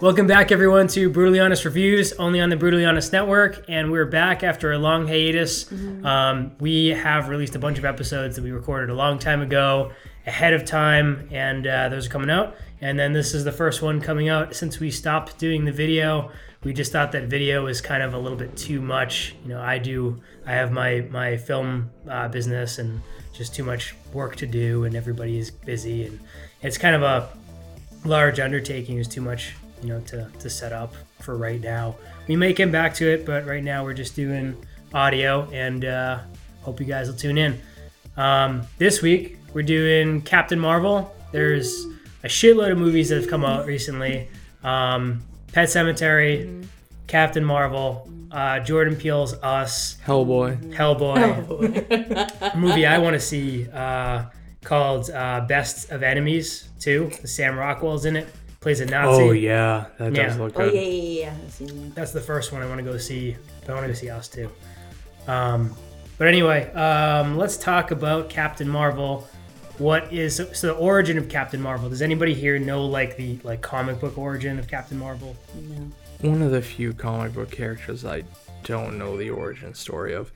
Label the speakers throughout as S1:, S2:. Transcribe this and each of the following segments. S1: Welcome back, everyone, to Brutally Honest Reviews, only on the Brutally Honest Network. And we're back after a long hiatus. Um, we have released a bunch of episodes that we recorded a long time ago, ahead of time, and uh, those are coming out. And then this is the first one coming out since we stopped doing the video. We just thought that video was kind of a little bit too much. You know, I do, I have my my film uh, business, and just too much work to do, and everybody is busy, and it's kind of a large undertaking is too much you know to, to set up for right now we may come back to it but right now we're just doing audio and uh, hope you guys will tune in um, this week we're doing captain marvel there's a shitload of movies that have come out recently um, pet cemetery captain marvel uh, jordan peele's us
S2: Hellboy.
S1: hellboy
S3: Oh,
S1: movie I want to see uh, called uh, Best of Enemies 2. Sam Rockwell's in it, plays a Nazi.
S2: Oh yeah, that
S1: Yeah.
S2: does look
S3: Oh
S2: good.
S3: yeah, yeah, yeah. yeah. I've seen
S1: That's the first one I want to go see, but I want to go see Us too. Um, but anyway, um, let's talk about Captain Marvel. What is so the origin of Captain Marvel? Does anybody here know like the like comic book origin of Captain Marvel?
S3: that. No.
S2: One of the few comic book characters I don't know the origin story of.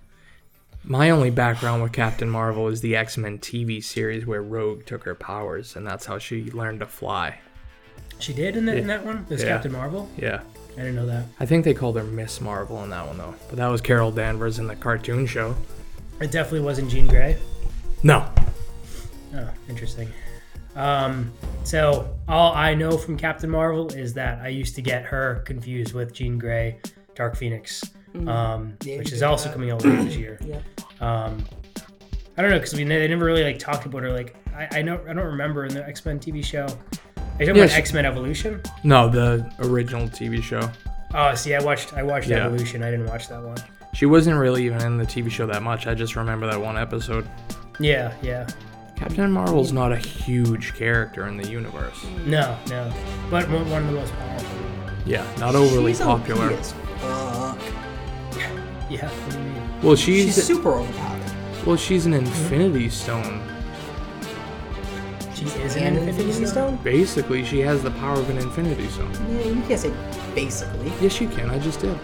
S2: My only background with Captain Marvel is the X Men TV series where Rogue took her powers, and that's how she learned to fly.
S1: She did in that in that one. It was
S2: Yeah.
S1: Captain Marvel.
S2: Yeah.
S1: I didn't know that.
S2: I think they called her Miss Marvel in that one though, but that was Carol Danvers in the cartoon show.
S1: It definitely wasn't Jean Grey.
S2: No,
S1: Oh, interesting. Um, so all I know from Captain Marvel is that I used to get her confused with Jean Grey, Dark Phoenix, um,
S3: Mm-hmm. Yeah,
S1: which
S3: you
S1: is
S3: did
S1: also
S3: that.
S1: coming out later this year.
S3: Yeah.
S1: Um, I don't know because we ne- they never really like talked about her. Like I, I know I don't remember in the X Men TV show. Are you talking
S2: Yeah,
S1: about
S2: she-
S1: X Men Evolution?
S2: no, the original TV show.
S1: Oh, see, I watched I watched
S2: Yeah.
S1: Evolution. I didn't watch that one.
S2: She wasn't really even in the TV show that much. I just remember that one episode.
S1: Yeah, yeah.
S2: Captain Marvel's not a huge character in the universe.
S1: No, no. But one one of the most powerful.
S2: Yeah, not overly
S3: She's OP
S2: popular.
S3: as fuck.
S1: Yeah. what do you mean?
S2: Well, she's,
S3: uh, She's super overpowered.
S2: well, she's an Infinity Stone.
S1: She is an
S3: And an
S1: Infinity Stone.
S2: Basically, she has the power of an Infinity Stone.
S3: Yeah, you can't say basically.
S2: Yes, you can. I just did.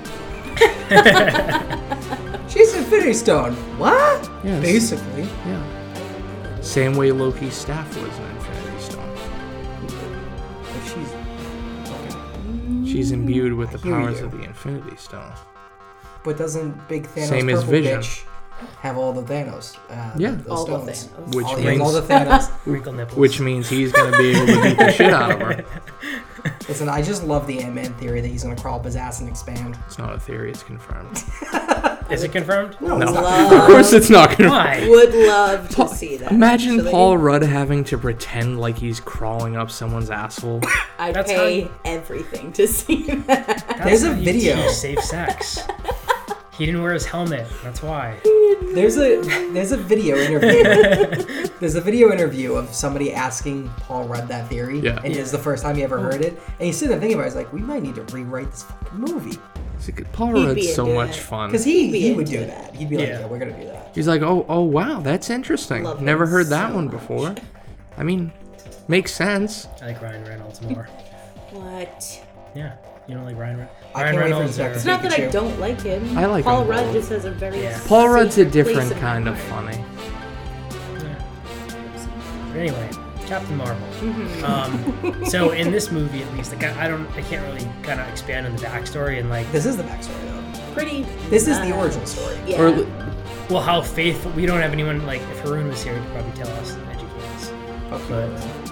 S3: She's Infinity Stone. What?
S2: Yes.
S3: Basically.
S2: Yeah. Same way Loki's staff was an Infinity Stone.
S3: But she's. Okay.
S2: She's imbued with the
S3: hear
S2: powers
S3: you.
S2: of the Infinity Stone.
S3: But doesn't Big Thanos
S2: Same as
S3: purple
S2: Vision.
S3: bitch have all the Thanos? Uh,
S2: Yeah.
S3: those
S4: All the
S3: stones?
S4: Thanos.
S2: Which
S3: all, he has
S2: means
S3: all the Thanos.
S1: Wrinkle nipples.
S2: which means he's gonna be able to beat the shit out of her.
S3: Listen, I just love the Ant-Man theory that he's gonna crawl up his ass and expand.
S2: It's not a theory. It's confirmed.
S1: Is it confirmed?
S2: No, of
S4: Love,
S2: course it's not confirmed.
S1: Why?
S4: would love to see that.
S2: Imagine
S4: actually.
S2: Paul Rudd having to pretend like he's crawling up someone's asshole.
S4: I
S1: That's
S4: pay
S1: how-
S4: everything to see that.
S1: That's
S3: There's a
S1: how you
S3: video.
S1: teach Safe sex. he didn't wear his helmet. That's why.
S3: There's a there's a video interview. there's a video interview of somebody asking Paul Rudd that theory,
S2: Yeah.
S3: and it's the first time he ever heard it. And he's sitting there thinking about, it, he's like, we might need to rewrite this fucking movie
S2: It's like, Paul
S4: He'd be
S2: Rudd's so
S4: into
S2: much
S4: it.
S2: fun.
S3: because he
S4: He'd be
S3: he would
S4: into
S3: do
S4: it.
S3: that. He'd be like,
S1: Yeah.
S3: yeah, we're gonna do that.
S2: He's like, oh, oh, wow, that's interesting.
S4: Love
S2: Never
S4: him
S2: heard that
S4: so
S2: one
S4: much.
S2: before. I mean, makes sense.
S1: I like Ryan Reynolds more.
S4: What?
S1: Yeah. You don't like Ryan Reynolds?
S3: I
S1: Ryan
S3: can't wait for
S1: Reynolds
S3: the second
S4: It's
S1: or-
S4: not that I
S3: Pikachu.
S4: don't like him.
S2: I like
S4: Paul
S2: him,
S4: Rudd
S2: Paul.
S4: just has a very
S1: Yeah.
S2: Paul Rudd's a
S4: secret place
S2: different
S4: in my
S2: kind of
S4: heart.
S2: funny.
S1: But anyway, Captain Marvel.
S3: Mm-hmm.
S1: Um, so in this movie, at least, like I, I don't, I can't really kind of expand on the backstory and like,
S3: This is the backstory though.
S4: Pretty.
S3: This is the
S4: uh,
S3: origin story.
S4: Yeah.
S2: Or l-
S1: well, how faithful. We don't have anyone like. If Haroon was here, he'd probably tell us, and educate us.
S3: Fuck you,
S1: But-
S3: Rudd.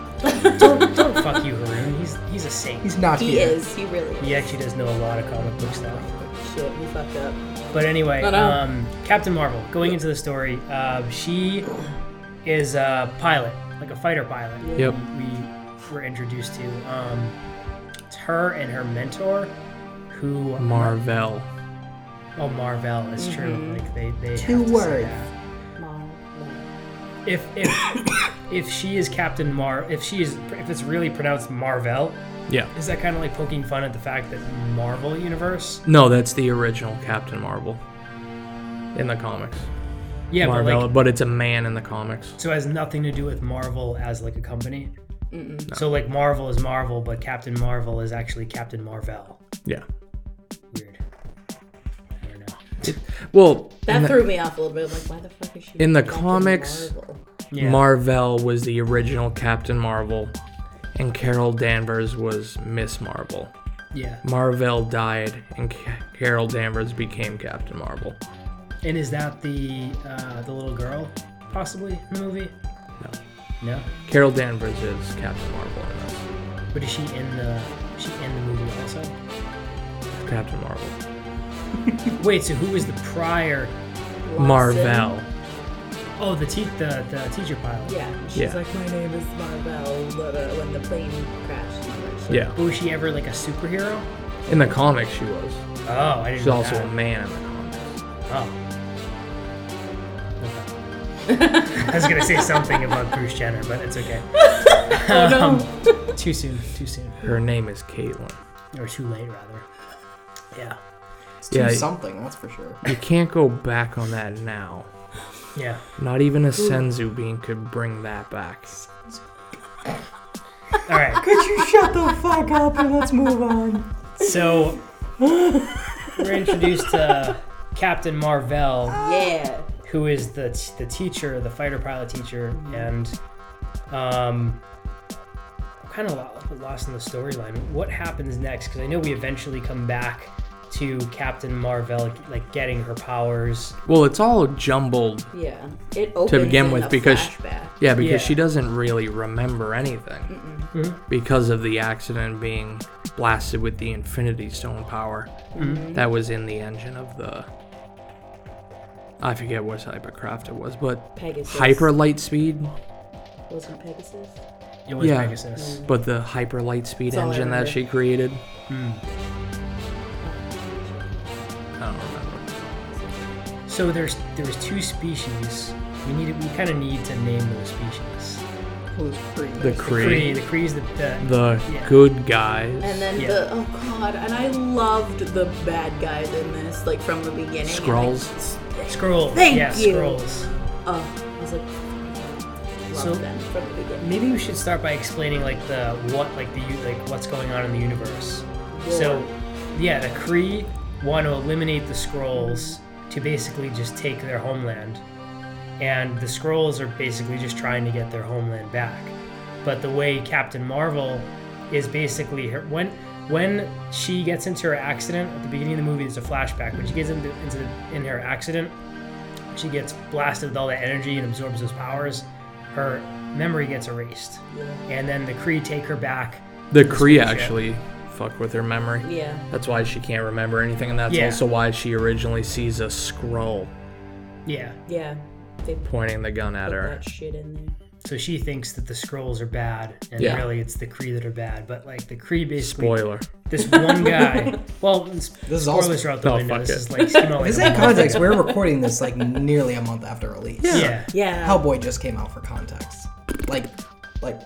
S1: Don't, don't fuck you, Haroon. He's he's a saint.
S3: He's not
S4: he
S3: here.
S4: is. He really is.
S1: he actually does know a lot of comic book stuff.
S4: Shit, we fucked up.
S1: But anyway,
S4: I know.
S1: um, Captain Marvel. Going into the story, uh, she is a pilot, like a fighter pilot.
S2: Yep.
S1: We were introduced to. Um, it's her and her mentor, who
S2: Marvel.
S1: Oh, Marvel is true. Like they, they
S3: Mm-hmm. Two
S1: have to say
S3: words.
S1: that.
S4: Mom,
S1: If if if she is Captain Mar, if she is if it's really pronounced Marvel,
S2: Yeah.
S1: is that kind of like poking fun at the fact that Marvel universe?
S2: No, that's the original Captain Marvel in the comics.
S1: Yeah,
S2: Marvel,
S1: but
S2: but,
S1: like
S2: it's a man in the comics.
S1: so it has nothing to do with Marvel as like a company. So like Marvel is Marvel, but Captain Marvel is actually Captain Marvel.
S2: Yeah.
S1: Weird. I don't know.
S2: Well,
S4: That threw me off a little bit. I'm like, why the fuck is she
S2: In the
S4: fucking
S2: comics-
S4: Marvel?
S1: Yeah.
S2: Marvel was the original Captain Marvel, and Carol Danvers was Miss Marvel.
S1: yeah.
S2: Marvel died, and Ca- Carol Danvers became Captain Marvel.
S1: And is that the uh, the little girl possibly in the movie?
S2: No.
S1: No.
S2: Carol Danvers is Captain Marvel in this.
S1: But is she in the is she in the movie also?
S2: Captain Marvel.
S1: Wait, so who is the prior?
S4: Lawson.
S2: Marvel.
S1: Oh, the te- the, the teacher pilot.
S4: Yeah. She's
S2: Yeah.
S4: like, my name is Marvel. blah, blah, When the plane crashed. and all that shit.
S2: Yeah.
S1: But was she ever like a superhero?
S2: In the comics, she was.
S1: Oh, I didn't.
S2: She's
S1: know
S2: also a
S1: that.
S2: man in the comics.
S1: Oh. Okay. I was gonna say something about Bruce Jenner, but it's okay. Um, too soon. Too soon.
S2: Her name is Caitlin.
S1: Or too late, rather. Yeah.
S3: It's too
S2: Yeah.
S3: something, that's for sure.
S2: You can't go back on that now.
S1: Yeah.
S2: Not even a Senzu bean could bring that back.
S1: All right.
S3: Could you shut the fuck up and let's move on?
S1: So we're introduced to Captain Marvel,
S4: Yeah.
S1: who is the the teacher, the fighter pilot teacher, and um, I'm kind of lost in the storyline. What happens next? Because I know we eventually come back to Captain Marvel, like getting her powers.
S2: Well, it's all jumbled
S4: Yeah. It opens
S2: to begin
S4: in
S2: with
S4: a
S2: because
S4: flashback.
S2: yeah, because
S1: Yeah.
S2: she doesn't really remember anything Hmm? because of the accident being blasted with the Infinity Stone power that was in the engine of the. I forget what type of craft it was, but
S4: Pegasus.
S2: hyper light speed.
S4: Wasn't Pegasus?
S1: It was
S2: Yeah.
S1: Pegasus.
S2: But the hyper light speed
S4: That's all I
S2: engine that
S4: remember.
S2: she created. Hmm. I don't remember.
S1: So there's there was two species. We need we kind of need to name those species.
S3: Who's free?
S2: The
S1: Kree,
S2: Kree,
S1: the Kree's the, the
S2: the
S1: Yeah.
S2: good guys.
S4: And then
S1: Yeah.
S4: the oh god, and I loved the bad guys in this, like from the beginning.
S2: Skrulls.
S4: Like,
S1: Scrolls.
S4: Thank
S1: yeah,
S4: you.
S1: Scrolls.
S4: oh, I was like, love
S1: So-
S4: them from the beginning.
S1: Maybe we should start by explaining like the what like the u- like what's going on in the universe. So, yeah, the Kree want to eliminate the Skrulls to basically just take their homeland, and the Skrulls are basically just trying to get their homeland back. But the way Captain Marvel is basically her when when she gets into her accident at the beginning of the movie, there's a flashback when she gets into, into in her accident. She gets blasted with all that energy and absorbs those powers. Her memory gets erased. And then the Kree take her back.
S2: the Kree
S1: spaceship.
S2: actually fuck with her memory.
S4: Yeah.
S2: That's why she can't remember anything, and that's
S1: Yeah.
S2: also why she originally sees a scroll
S1: Yeah.
S4: Yeah. They put
S2: pointing the gun at her.
S4: that shit in there.
S1: So she thinks that the scrolls are bad, and
S2: Yeah.
S1: really it's the Kree that are bad. But like the Kree basically,
S2: Spoiler.
S1: this one guy. Well, this
S3: This is all-
S1: spoilers are out the
S2: Oh,
S1: window.
S2: fuck
S1: This
S2: it.
S1: is like you know, like
S3: This is in context, we're recording this like nearly a month after release.
S1: yeah.
S4: Yeah.
S3: Hellboy just came out for context. Like, like.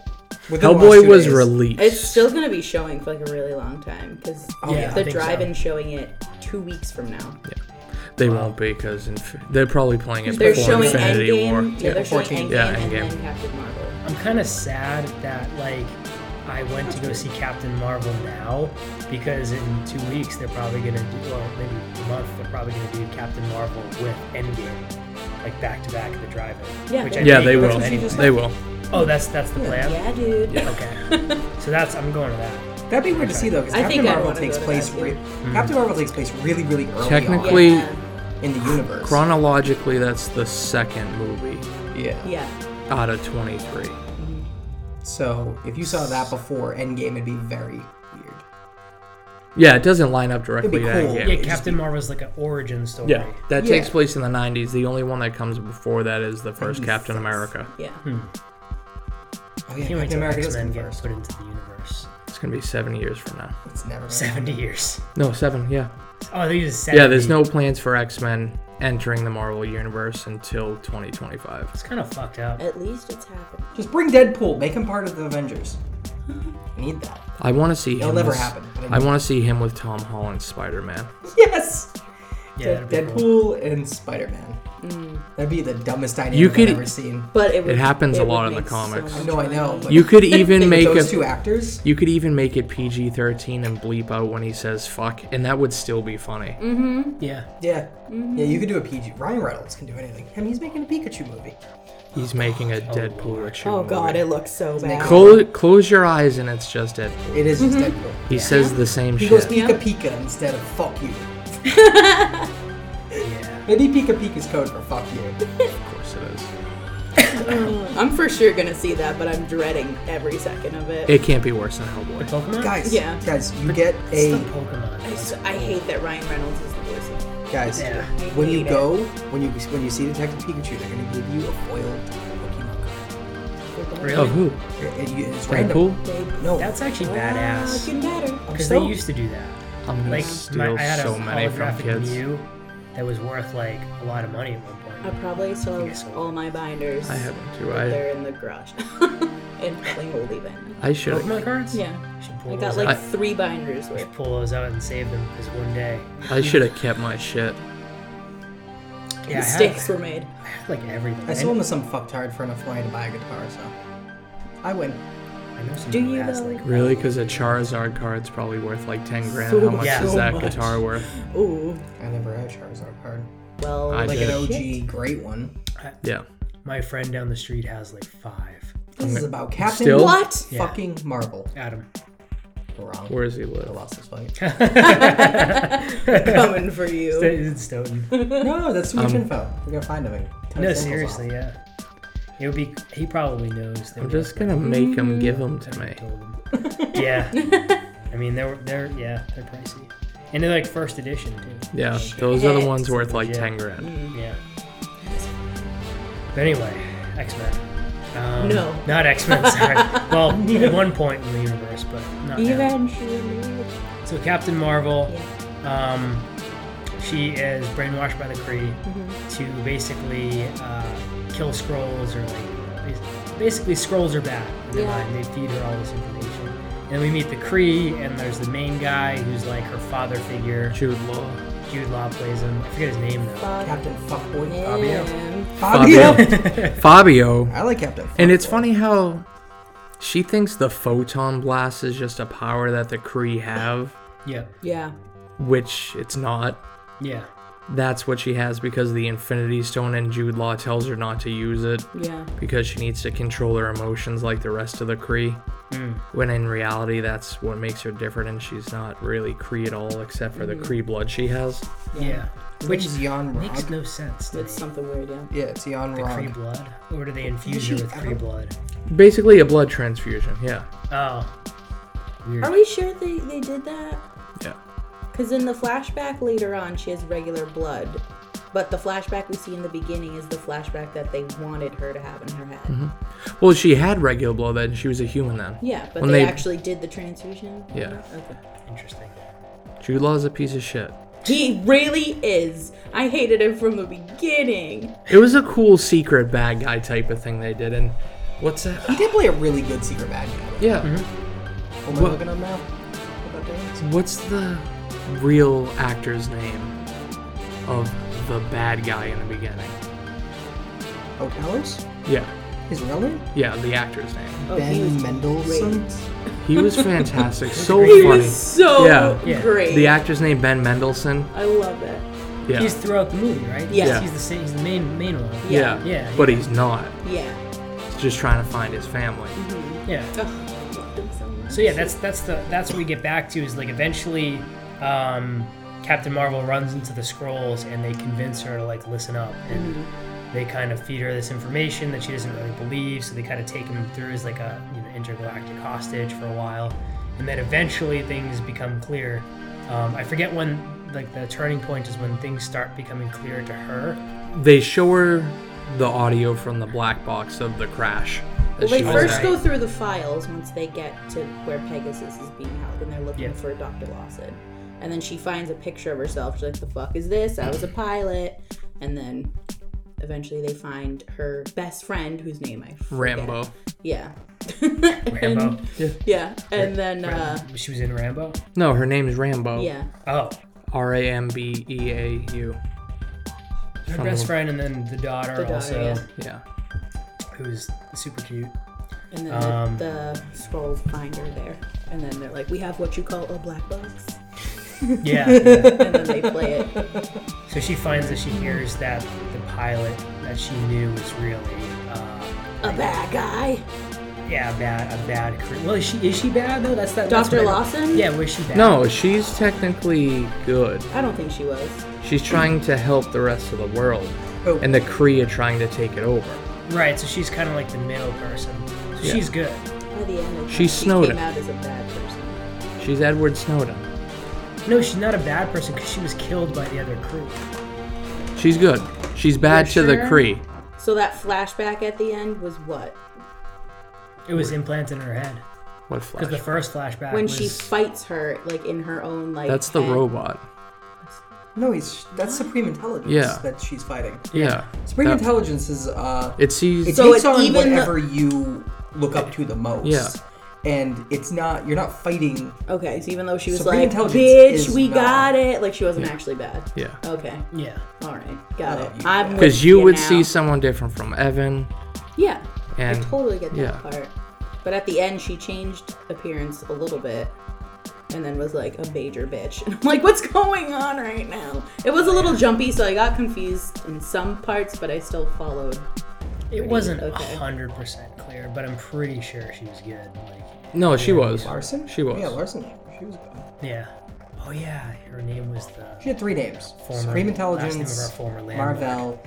S3: within the last
S2: Hellboy
S3: two
S2: was
S3: days.
S2: released.
S4: It's still gonna be showing for like a really long time because
S1: Yeah, I
S4: they're
S1: think so.
S4: driving showing it two weeks from now.
S2: they won't be because inf- they're probably playing it
S4: They're
S2: before
S4: showing
S2: Infinity
S4: Endgame.
S2: War.
S4: Yeah, they're showing
S3: 14.
S4: Endgame
S2: Yeah,
S4: and
S2: Endgame.
S4: then Captain Marvel.
S1: I'm kind of sad that like I went to go see Captain Marvel now because in two weeks they're probably gonna do, well maybe a month they're probably gonna do Captain Marvel with Endgame, like back to back at the drive-in.
S4: Yeah,
S1: which
S4: they-
S1: I
S2: Yeah,
S1: think
S2: they
S1: is
S2: will.
S1: anyway.
S2: They will.
S1: Oh, that's that's the plan.
S4: Yeah, dude.
S1: Okay. so that's I'm going to that.
S3: That'd be weird to see though, because
S4: I
S3: Captain
S4: think I'd
S3: Marvel
S4: wanna
S3: takes
S4: go to
S3: place.
S4: that, too.
S3: Re- Captain Marvel takes place really, really early.
S2: Technically- Lee-
S3: on
S4: Yeah.
S3: in the universe.
S2: Chronologically, that's the second movie
S3: yeah.
S4: Yeah.
S2: out of 23.
S3: So if you saw that before Endgame, it'd be very weird.
S2: Yeah, it doesn't line up directly
S3: It'd
S2: to
S3: be cool.
S2: Endgame.
S1: Yeah,
S3: just
S1: Captain Marvel's like an origin story.
S2: Yeah, that
S3: Yeah.
S2: takes place in the 90s. The only one that comes before that is the first Captain America.
S4: Yeah.
S3: Oh yeah,
S1: Can't wait
S3: Captain
S1: till
S3: America
S1: X
S3: does
S1: Men
S3: come
S1: get
S3: first.
S1: put into the universe.
S2: It's gonna be seven years from now.
S3: It's never. Gonna
S1: Seventy years.
S2: No, seven. Yeah,
S1: Oh, they use seventy.
S2: yeah. There's no plans for X-Men entering the Marvel universe until 2025.
S1: It's kind of fucked up.
S4: At least it's happening.
S3: Just bring Deadpool. Make him part of the Avengers. I need that.
S2: I want to see.
S3: It'll
S2: him
S3: never
S2: with-
S3: happen.
S2: I want to see him with Tom Holland, Spider-Man.
S3: Yes.
S1: Yeah, that'd be
S3: Deadpool
S1: cool.
S3: and Spider Man. That'd be the dumbest dynamic
S2: You could-
S3: I've ever seen.
S4: But it, would,
S2: It happens a
S4: would
S2: lot in the
S4: make so
S2: comics.
S4: much
S3: No, I know.
S4: money.
S3: But
S2: You could even make
S3: those
S2: a
S3: two actors.
S2: you could even make it PG-13 and bleep out when he says fuck and that would still be funny.
S1: Yeah.
S3: Yeah, yeah. You could do a PG. Ryan Reynolds can do anything. I mean, he's making a Pikachu movie.
S2: He's making a Deadpool issue.
S5: Oh god,
S2: movie.
S5: it looks so bad.
S2: Close, close your eyes and it's just Deadpool.
S3: It is just Deadpool.
S2: He says the same
S3: He
S2: shit.
S3: goes
S4: Yeah.
S3: Pika Pika instead of fuck you. Maybe Pika Pika's code for fuck you.
S2: Of course it is.
S4: I'm for sure gonna see that, but I'm dreading every second of it.
S2: It can't be worse than Hellboy.
S1: Pokemon?
S3: Guys,
S4: Yeah.
S3: guys, you get
S1: It's
S3: a
S1: still Pokemon.
S4: I, s- I hate that Ryan Reynolds is the voice. of-
S3: guys.
S1: Yeah.
S3: When you
S5: Hate it.
S3: go, when you when you see Detective Pikachu, they're gonna give you a foiled Pokemon card.
S2: Of
S1: Really?
S2: who?
S3: It- it- it's random.
S2: Deadpool?
S3: No,
S1: That's actually
S4: Oh,
S1: badass.
S4: Fucking better.
S1: Because
S3: so-
S1: they used to do that.
S2: I'm gonna
S1: Like, my,
S2: steal
S1: I had a
S2: so many from
S1: holographic
S2: kids.
S1: Mew that was worth like a lot of money at one
S4: I
S1: point.
S4: probably still
S1: Yes.
S4: have all my binders.
S2: I haven't too.
S4: but
S2: I
S4: They're in the garage. and probably moldy then.
S2: I should.
S1: Pokemon cards?
S4: Yeah.
S1: Should
S4: I
S1: pull
S4: got
S1: those
S4: like
S1: out.
S2: I-
S4: three binders
S1: We
S4: worth.
S1: should pull those out and save them because one day.
S2: I should have kept my shit.
S1: Yeah, I had,
S4: Mistakes were made.
S1: I had like everything.
S3: I
S1: I,
S3: sold
S1: know,
S3: him to some fucktard for enough money to buy a guitar, so I win.
S1: I know someone
S4: Do
S1: who
S4: you
S1: has
S4: though?
S1: like.
S2: Really? Because a Charizard card's probably worth like 10 grand.
S4: So
S2: How much
S1: much.
S2: is
S1: So
S2: that
S4: much.
S2: guitar worth?
S4: Ooh.
S3: I never had a Charizard card.
S4: Well,
S2: I
S3: Like
S2: did.
S3: an OG great one.
S2: Yeah.
S1: My friend down the street has like five.
S3: This is about Captain
S2: Still?
S4: What?
S1: Yeah.
S3: fucking Marvel.
S1: Adam.
S3: We're wrong.
S2: Where does he
S3: I
S2: live?
S3: lost this fight.
S4: Coming for you.
S1: It's Stoughton.
S3: No, no, that's too much
S2: Um,
S3: info. We're gonna find him. Turn
S1: No,
S3: his symbols
S1: seriously,
S3: off.
S1: yeah. It would be. He probably knows.
S2: I'm just gonna make him give them to me.
S1: Yeah. I mean, they're they're yeah they're pricey, and they're like first edition too.
S2: Yeah, those are the
S4: Shit.
S2: ones worth like
S1: Yeah.
S2: 10 grand.
S1: Yeah. But anyway, X Men. Um,
S4: No.
S1: Not X Men. Sorry. well, at one point in the universe, but not now.
S4: Eventually.
S1: So Captain Marvel, um, she is brainwashed by the Kree to basically uh, kill scrolls or like bas- basically scrolls are bad. In their
S4: Yeah.
S1: mind. They feed her all this information. And we meet the Kree, and there's the main guy who's like her father figure.
S2: Jude Law.
S1: Jude Law plays him. I forget his name though.
S3: Captain Fuckboy.
S4: Yeah.
S3: Fabio.
S2: Fabio.
S3: I like Captain.
S2: And it's
S3: Fuckboy.
S2: funny how she thinks the photon blast is just a power that the Kree have,
S1: Yeah,
S4: Yeah.
S2: which it's not.
S1: yeah.
S2: That's what she has because of the Infinity Stone, and Jude Law tells her not to use it
S4: Yeah.
S2: because she needs to control her emotions like the rest of the Kree. When in reality, that's what makes her different, and she's not really Kree at all, except for the Kree blood she has.
S1: Yeah.
S3: Which
S1: Which
S3: is Yon
S1: makes
S3: Rog.
S1: no sense. Do
S4: It's
S1: they
S4: something weird, yeah.
S3: Yeah, it's Yon
S1: Kree
S3: Rog.
S1: blood? Or do they infuse her
S3: she
S1: with Kree
S3: ever-
S1: blood?
S2: Basically, a blood transfusion. Yeah.
S1: Oh. Weird.
S4: Are we sure they, they did that?
S2: Yeah.
S4: Because in the flashback later on, she has regular blood. But the flashback we see in the beginning is the flashback that they wanted her to have in her head.
S2: Mm-hmm. Well, she had regular blood then. She was a human then.
S4: Yeah, but
S2: When
S4: they,
S2: they-
S4: actually did the transfusion.
S2: Yeah.
S4: Okay.
S1: Interesting.
S2: Jude Law's a piece of shit.
S4: He really is. I hated him from the beginning.
S2: It was a cool secret bad guy type of thing they did, and what's
S3: He
S2: that?
S3: did play a really good secret bad guy.
S2: Yeah.
S3: What am I
S2: What-
S3: looking up now? What about that?
S2: What's the real actor's name of the bad guy in the beginning?
S3: Oh, Powers?
S2: Yeah.
S3: His real name?
S2: Yeah, the actor's name.
S4: Oh, he
S3: ben
S4: was
S3: Mendelsohn.
S2: He was fantastic. so
S4: He
S2: funny.
S4: was so
S2: Yeah.
S1: Yeah.
S4: great.
S2: The actor's name Ben Mendelsohn.
S4: I love it.
S2: Yeah.
S1: He's throughout the movie, right?
S4: Yeah.
S1: He's- He's the same, he's the main main one.
S2: yeah.
S1: Yeah, yeah.
S2: But he's not.
S4: Yeah.
S2: He's just trying to find his family.
S1: Yeah.
S4: Oh, I loved him so much.
S1: So yeah, that's that's the that's what we get back to is like eventually, um, Captain Marvel runs into the scrolls and they convince her to like listen up and they kind of feed her this information that she doesn't really believe. So they kind of take him through as like a you know intergalactic hostage for a while, and then eventually things become clear. Um, I forget when like the turning point is when things start becoming clear to her.
S2: They show her the audio from the black box of the crash. that
S4: Well, they
S2: she was
S4: first
S2: at.
S4: go through the files once they get to where Pegasus is being held, and they're looking
S1: Yeah.
S4: for Dr. Lawson. And then she finds a picture of herself. She's like, "The fuck is this? I was a pilot." And then eventually they find her best friend, whose name I forget.
S2: Rambo.
S4: Yeah.
S1: Rambo.
S4: And- yeah, and then uh,
S1: She was in Rambo.
S2: No, her name's Rambo.
S4: yeah,
S1: Oh,
S2: R A M B E A U.
S1: Her
S2: From
S1: best
S2: the-
S1: friend and then the daughter,
S4: The daughter,
S1: also,
S4: yeah.
S2: Yeah.
S1: who's super cute.
S4: And then
S1: Um,
S4: the, the scrolls find her there. And then they're like, we have what you call a black box.
S1: Yeah.
S4: And then they play it.
S1: so she finds that she hears that the pilot that she knew was really, uh,
S4: A bad guy.
S1: yeah, a bad, a bad. Cre- well, is she is she bad though? That's that. that's
S4: Dr.
S1: what I-
S4: Lawson?
S1: Yeah, was she bad?
S2: No, she's technically good.
S4: I don't think she was.
S2: She's trying to help the rest of the world,
S3: Oh.
S2: and the Kree are trying to take it over.
S1: Right. So she's kind of like the middle person. So
S2: Yeah.
S1: She's good.
S4: By the end, I think
S2: She's Snowden.
S4: came out as a bad person.
S2: She's Edward Snowden.
S1: No, she's not a bad person because she was killed by the other crew.
S2: She's good. She's bad
S1: You're
S2: to the
S1: sure?
S2: Kree.
S4: So that flashback at the end was what?
S1: It was implanted in her head.
S2: What
S1: Because
S2: flash?
S1: the first flashback
S4: when
S1: was
S4: she fights her, like in her own, like.
S2: That's the
S4: head.
S2: robot.
S3: No, he's that's supreme intelligence
S2: Yeah.
S3: that she's fighting.
S2: Yeah.
S3: Supreme
S2: That-
S3: intelligence is uh,
S2: It sees.
S3: it
S4: So
S3: takes
S4: it's
S3: on
S4: even the-
S3: whatever you look up to the most.
S2: Yeah.
S3: and it's not you're not fighting.
S4: Okay, so even though she was
S3: Supreme
S4: like,
S3: intelligence
S4: bitch,
S3: is
S4: we
S3: not-
S4: got it, like she wasn't actually bad.
S2: yeah.
S4: Oh, Okay,
S1: Yeah.
S4: all right, got
S3: No,
S4: it.
S3: you-
S4: I'm
S2: Because
S4: with
S2: you would
S4: now.
S2: see someone different from Evan,
S4: Yeah, I
S2: and
S4: totally get that
S2: yeah.
S4: part. But at the end, she changed appearance a little bit, and then was like a major bitch. And I'm like, what's going on right now? It was a little jumpy, so I got confused in some parts, but I still followed.
S1: It wasn't a
S4: okay.
S1: hundred percent clear, but I'm pretty sure she was good. Like,
S2: no, she was.
S3: Larson.
S2: She was.
S3: Yeah, Larson. She was. Good.
S1: yeah. Oh yeah, her name was
S3: She
S1: the.
S3: had three names:
S1: Former-
S3: supreme
S1: last name of our
S3: intelligence,
S1: former landlord.
S3: Marvel.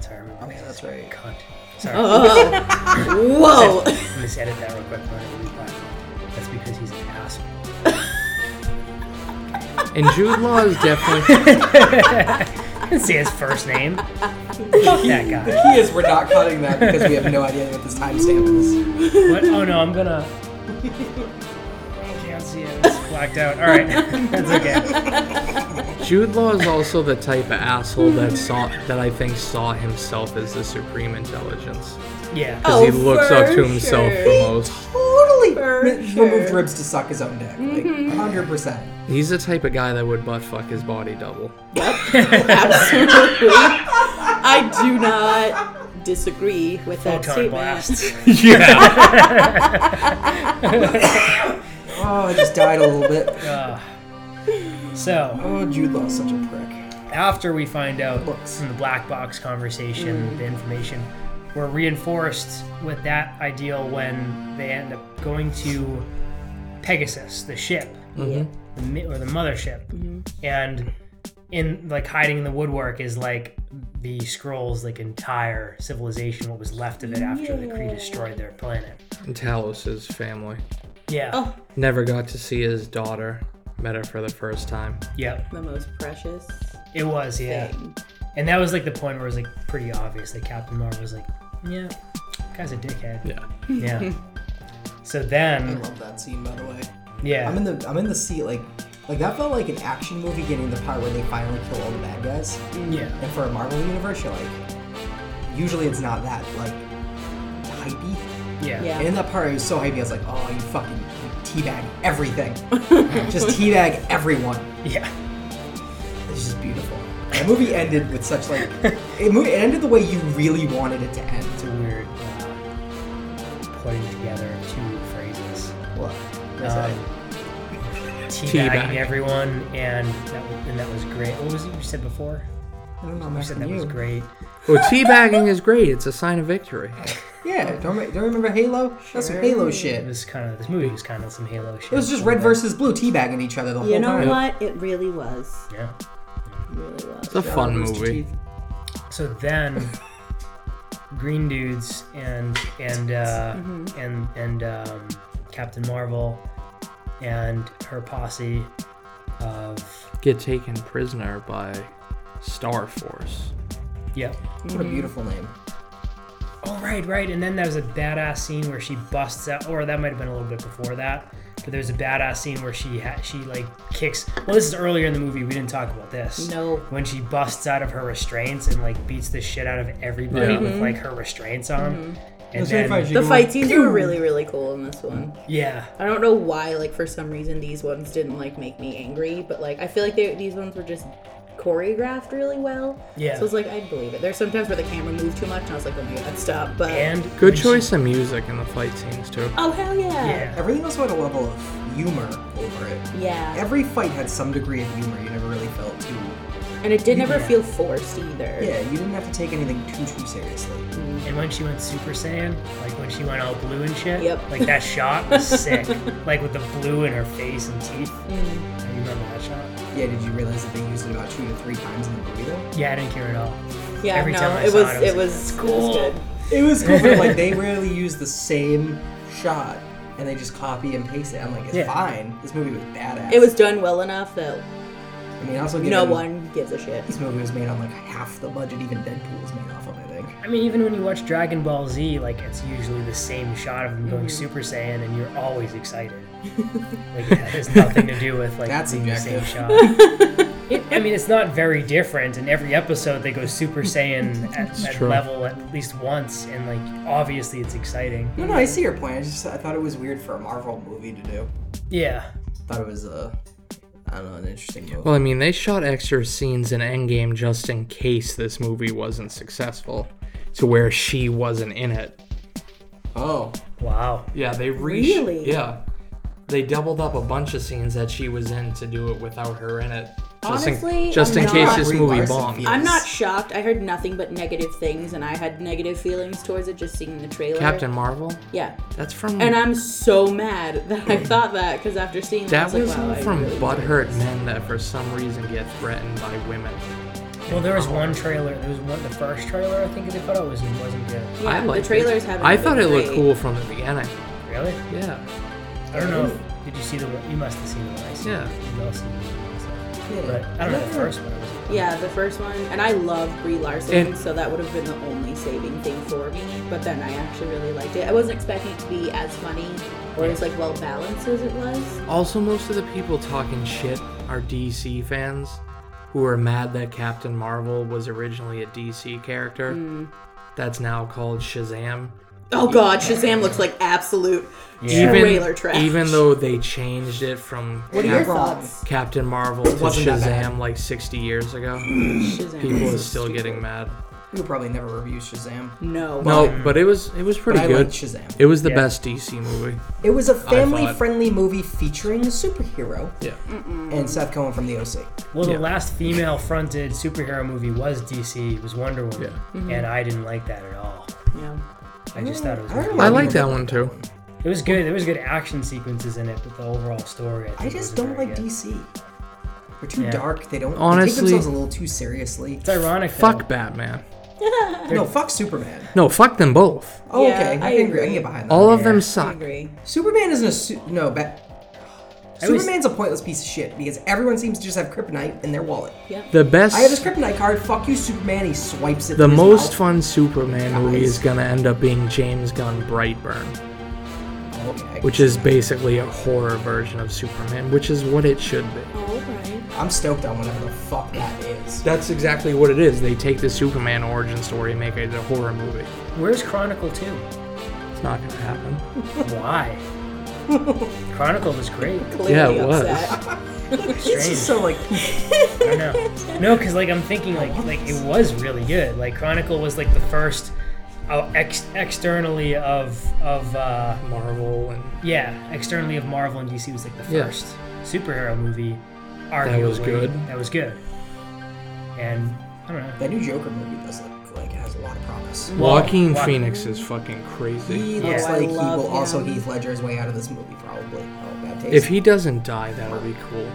S1: Sorry, I remember.
S3: Oh, yeah, that's right. Uh-huh.
S1: Cunt. Sorry.
S4: Oh, whoa!
S1: Let me just edit that real quick. before I leave back. That's because he's an asshole.
S2: And Jude Law is definitely.
S1: I didn't say his first name. Fuck that
S3: The
S1: guy.
S3: key is we're not cutting that because we have no idea what this timestamp is.
S1: What? Oh no, I'm gonna. I can't see it. It's blacked out. All right, that's okay.
S2: Jude Law is also the type of asshole that saw that I think saw himself as the supreme intelligence.
S1: Yeah.
S4: Oh,
S2: Because he looks up to
S4: for
S2: himself
S4: sure.
S2: the most.
S3: Totally
S4: For
S3: re-
S4: sure. Mm-hmm.
S3: removed ribs to suck his own dick. Like hundred percent.
S2: He's the type of guy that would butt fuck his body double.
S4: Absolutely. I do not disagree with that
S1: Photon
S4: statement.
S1: blast.
S2: Yeah.
S3: Oh, I just died a little bit.
S1: Uh, so.
S3: Oh, Jude Law's such a prick.
S1: after we find out
S3: Books.
S1: from the black box
S4: Mm.
S1: conversation, the information, we're reinforced with that ideal when they end up going to Pegasus, the ship,
S4: Mm-hmm. Yeah. Mm-hmm.
S1: the, mi- or the mothership, and in like hiding in the woodwork is like the scrolls, like entire civilization, what was left of it after the Kree destroyed their planet.
S2: And Talos' family.
S1: Yeah.
S4: Oh,
S2: Never got to see his daughter. Met her for the first time.
S1: Yep.
S4: the most precious
S1: It was. Yeah.
S4: thing.
S1: And that was like the point where it was like pretty obvious that Captain Marvel was like, yeah, guy's a dickhead.
S2: Yeah.
S1: Yeah. So
S3: I
S1: then,
S3: love that scene, by the way.
S1: yeah,
S3: I'm in the I'm in the seat like like that felt like an action movie getting to the part where they finally kill all the bad guys.
S1: yeah,
S3: And for a Marvel universe, you're like, usually it's not that like hypey.
S1: yeah,
S4: Yeah.
S3: And in that part, I was so hypey. I was like, oh, you fucking you teabag everything, just teabag everyone.
S1: yeah.
S3: It's just beautiful. That movie ended with such like it, mo- it ended the way you really wanted it to end.
S1: It's a weird uh, putting together of two phrases.
S3: What?
S1: Um,
S3: Was that-
S1: teabagging
S2: Teabag.
S1: everyone, and that was, and that was great. What was it you said before?
S3: I don't know. I'm
S1: You said
S3: asking
S1: that was
S3: you.
S1: great.
S2: Well, teabagging is great. It's a sign of victory.
S3: Yeah. Don't re- don't remember Halo? That's some Halo shit.
S1: It was kind of this movie was kind of some Halo shit.
S3: It was just red versus blue teabagging each other the whole
S4: You know
S3: time.
S4: what? It really was.
S1: Yeah.
S4: It really was.
S2: It's a fun
S3: Rooster
S2: movie.
S3: Teeth.
S1: So then, Green Dudes and and uh, and and um, Captain Marvel and her posse of
S2: Get taken prisoner by Star Force.
S1: yep.
S3: What a beautiful name.
S1: Oh right, right. And then there's a badass scene where she busts out, or that might have been a little bit before that. But there's a badass scene where she ha- she like kicks. Well, this is earlier in the movie. We didn't talk about this.
S4: No.
S1: When she busts out of her restraints and like beats the shit out of everybody
S2: Yeah.
S1: with like her restraints on. And
S3: That's very funny,
S1: then,
S3: she
S4: The
S3: can
S4: fight
S3: go,
S4: scenes
S3: "Pew!"
S4: were really, really cool in this one.
S1: yeah,
S4: I don't know why, like for some reason, these ones didn't like make me angry, but like I feel like they, these ones were just choreographed really well.
S1: Yeah.
S4: So it's like I believe it. There's sometimes where the camera moved too much, and I was like, oh my god, stop. But
S1: And
S2: Good choice of music in the fight scenes too.
S4: oh hell yeah,
S1: Yeah.
S3: Everything also had a level of humor over it.
S4: yeah.
S3: Every fight had some degree of humor. You never really felt too.
S4: and it did never
S1: Yeah.
S4: feel forced either.
S3: Yeah, you didn't have to take anything too too seriously.
S1: And when she went Super Saiyan, like when she went all blue and shit,
S4: Yep.
S1: like that shot was sick. Like with the blue in her face and teeth. You remember that shot?
S3: Yeah, did you realize that they used it about two to three times in the movie though?
S1: Yeah, I didn't care at all.
S4: Yeah,
S1: Every
S4: no,
S1: time I
S4: it,
S1: saw
S4: was,
S1: it, I was
S4: it
S1: like,
S4: was cool.
S3: It was cool, but like they rarely use the same shot and they just copy and paste it. I'm like, it's
S1: Yeah.
S3: fine. This movie was badass.
S4: It was done well enough that
S3: I mean, also
S4: no
S3: given
S4: one gives a shit.
S3: This movie was made on like half the budget even Deadpool was made off of. I think.
S1: I mean, even when you watch Dragon Ball Z, like it's usually the same shot of him going Super Saiyan, and you're always excited. like it has nothing to do with like
S3: That's
S1: being the same shot.
S3: subjective.
S1: It, I mean, it's not very different. In every episode, they go Super Saiyan at, at
S2: true.
S1: level at least once, and like obviously it's exciting.
S3: No, no, I see your point. I just I thought it was weird for a Marvel movie to do.
S1: Yeah,
S3: Thought it was a, I don't know, an interesting move.
S2: Well, I mean, they shot extra scenes in Endgame just in case this movie wasn't successful, to where she wasn't in it.
S3: oh,
S1: wow.
S2: Yeah, they re-
S4: Really?
S2: Yeah, they doubled up a bunch of scenes that she was in to do it without her in it. Just
S4: Honestly,
S2: in, just
S4: I'm
S2: in case
S4: not-
S2: this
S3: Brie
S2: movie
S3: Larson
S2: bombed.
S3: feels-
S4: I'm not shocked. I heard nothing but negative things, and I had negative feelings towards it just seeing the trailer.
S2: Captain Marvel.
S4: Yeah.
S2: That's from.
S4: And I'm so mad that I thought that because after seeing
S2: that
S4: that, I
S2: was
S4: was like, wow, I
S2: from
S4: really
S2: butthurt men that for some reason get threatened by women.
S1: Well, there was one trailer. There was one. The first trailer I think they put out was wasn't good.
S4: Yeah,
S2: I liked
S4: the trailers
S2: it.
S4: haven't.
S2: I
S4: been
S2: thought it looked
S4: great.
S2: cool from the beginning.
S1: Really?
S2: Yeah.
S1: I don't know. If, did you see the one? You must have seen the one. I saw.
S2: Yeah.
S1: You all seen the one. I saw.
S3: yeah.
S1: But I don't know the first one. was-
S4: Yeah, the first one, and I love Brie Larson,
S2: And-
S4: so that would have been the only saving thing for me. But then I actually really liked it. I wasn't expecting it to be as funny or as like well balanced as it was.
S2: Also, most of the people talking shit are DC fans who are mad that Captain Marvel was originally a DC character
S4: Mm.
S2: that's now called Shazam.
S4: Oh god, Shazam looks like absolute
S1: Yeah.
S4: trailer trash.
S2: even though they changed it from
S4: what are your
S2: Cap-
S4: thoughts?
S2: Captain Marvel to
S3: wasn't that bad.
S2: Shazam like 60 years ago,
S4: Shazam.
S2: people are still getting mad.
S3: You'll probably never review Shazam.
S4: No.
S2: No, but it was it was
S3: But
S2: pretty
S3: I
S2: good.
S3: liked Shazam.
S2: It was the
S1: Yeah.
S2: best DC movie.
S3: It was a family-friendly
S2: family-friendly
S3: movie featuring a superhero
S2: Yeah.
S3: and Seth Cohen from The OC.
S1: Well, the
S2: Yeah.
S1: last female-fronted superhero movie was DC. Was Wonder Woman,
S3: Mm-hmm.
S1: and I didn't like that at all.
S4: Yeah.
S1: I just thought it was.
S3: Oh, I don't
S1: really-
S3: know.
S2: I like that one too.
S1: It was good. There was good action sequences in it, but the overall story. I, think
S3: I just
S1: wasn't
S3: don't
S1: very
S3: like
S1: good.
S3: DC. They're too
S1: Yeah.
S3: dark. They don't they
S2: Honestly-
S3: take themselves a little too seriously.
S1: It's ironic.
S2: Fuck
S1: though.
S2: Batman.
S3: No, fuck Superman.
S2: No, fuck them both.
S3: Oh,
S4: Yeah,
S3: okay. I,
S4: I
S3: can agree. I
S4: agree.
S3: can get behind that.
S2: All of
S1: Yeah.
S2: them
S4: I
S2: suck.
S4: agree.
S3: Superman isn't a su- no. Bat-
S1: I always-
S3: Superman's a pointless piece of shit because everyone seems to just have kryptonite in their wallet.
S4: Yep.
S2: The
S3: I have his
S2: best,
S3: kryptonite card. Fuck you, Superman. He swipes it.
S2: the
S3: in his
S2: most
S3: mouth.
S2: fun Superman movie
S3: Guys.
S2: is gonna end up being James Gunn Brightburn,
S3: Okay.
S2: which is basically a horror version of Superman, which is what it should be.
S4: All right.
S3: I'm stoked on whatever the fuck that is.
S2: That's exactly what it is. They take the Superman origin story and make it a horror movie.
S1: Where's Chronicle Two?
S2: It's not gonna happen.
S1: Why? Chronicle was great.
S4: Clearly
S2: Yeah, it was.
S4: upset.
S3: It's just so like
S1: I know. No, because like I'm thinking like like it was really good. Like Chronicle was like the first uh, ex- externally of of uh,
S2: Marvel and
S1: yeah externally of Marvel and DC was like the
S2: Yeah.
S1: first superhero movie. Arguably,
S2: was good.
S1: That was good. And I don't know.
S3: that new Joker movie does look like it has a lot of promise.
S1: Well,
S2: Joaquin
S1: Joaqu-
S2: Phoenix is fucking crazy.
S3: He looks
S1: Yeah.
S3: like
S4: I
S3: he
S4: love
S3: will also
S4: him.
S3: Heath Ledger's way out of this movie probably. Oh, bad taste.
S2: If he doesn't die, that'll be cool.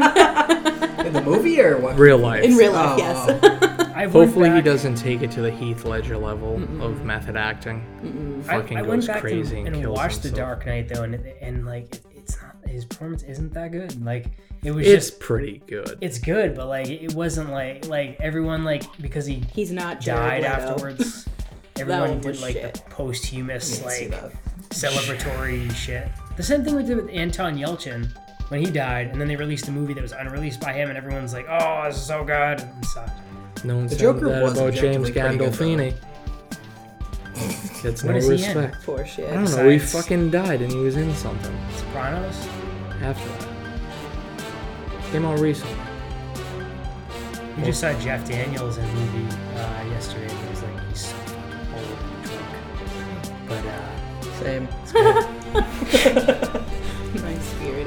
S3: in the movie or what?
S2: Real life.
S4: In real life,
S3: Oh,
S4: yes.
S3: oh.
S1: I went
S2: Hopefully he
S1: back-
S2: doesn't take it to the Heath Ledger level of method acting.
S1: I,
S2: Fucking
S1: I
S2: goes
S1: went back
S2: crazy
S1: and,
S2: and,
S1: and
S2: kills
S1: watched The
S2: himself.
S1: Dark Knight though, and and like it, it's not his performance isn't that good. Like it was
S2: It's
S1: just
S2: pretty good.
S1: it's good, but like it wasn't like like everyone like because he
S4: He's not
S1: died
S4: Jared Leto.
S1: afterwards.
S4: That
S1: Everyone
S4: one
S1: did
S4: was
S1: like the
S4: shit.
S1: posthumous
S3: Let's see
S1: like
S3: that.
S1: celebratory shit. The same thing we did with Anton Yelchin when he died, and then they released a movie that was unreleased by him, and everyone's like, "Oh, this is so good." And it sucked.
S2: no one said
S3: Joker
S2: that
S3: was
S2: about James
S3: objectively pretty good,
S2: Gandolfini. Gets no
S1: What is he in?
S2: respect.
S4: Poor shit.
S2: I don't know. He
S1: Besides-
S2: fucking died and he was in something
S1: Sopranos.
S2: after that. Came out recently.
S1: We just saw Jeff Daniels in a movie uh, yesterday, and I was like, he's so fucking old and drunk. But uh,
S3: Same.
S1: it's good.
S4: My spirit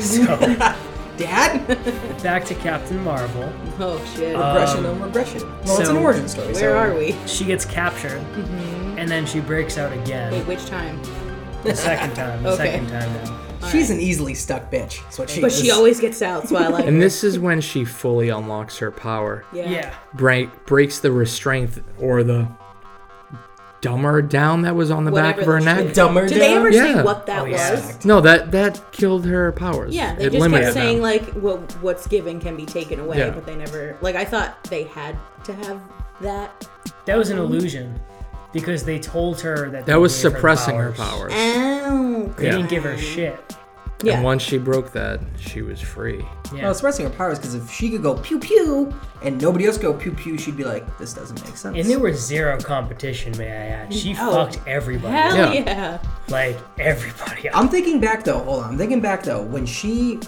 S1: so
S3: Dad?
S1: back to Captain Marvel.
S4: Oh shit.
S3: Regression on regression. Well, it's an
S1: so-
S3: origin story.
S4: Where
S3: Uh, so-
S4: are we?
S1: She gets captured,
S4: Mm-hmm.
S1: and then she breaks out
S4: Wait,
S1: again
S4: which time?
S1: the second time. The
S4: Okay.
S1: second time now.
S3: She's an easily stuck bitch. That's what she
S4: But
S3: is.
S4: she always gets out, so I like.
S2: And this is when she fully unlocks her power,
S4: yeah.
S1: Yeah.
S2: break, breaks the restraint or the dumber down that was on the back of
S4: Whatever
S2: her
S4: the
S2: neck.
S4: shit-
S3: Dumber
S4: Did they
S3: down?
S4: ever
S2: Yeah.
S4: say what that
S1: Oh, yeah.
S4: was?
S2: No, that that killed her powers.
S4: Yeah, they
S2: it
S4: just
S2: limited
S4: kept saying
S2: them.
S4: like what what's given can be taken away,
S2: Yeah.
S4: but they never like I thought they had to have that.
S1: That was an illusion because they told her that
S2: that
S1: they
S2: was
S1: gave
S2: suppressing her
S1: powers.
S2: powers.
S4: Oh,
S1: They
S2: Yeah.
S1: didn't give her shit.
S4: yeah.
S2: And once she broke that, she was free.
S1: Yeah.
S3: Well, expressing her powers because if she could go pew pew and nobody else go pew pew, she'd be like, this doesn't make sense.
S1: and there was zero competition, may I add. She
S4: Oh.
S1: fucked everybody.
S4: Hell
S2: Yeah.
S4: yeah.
S1: Like, everybody.
S3: I'm thinking back though. Hold on. I'm thinking back though. When she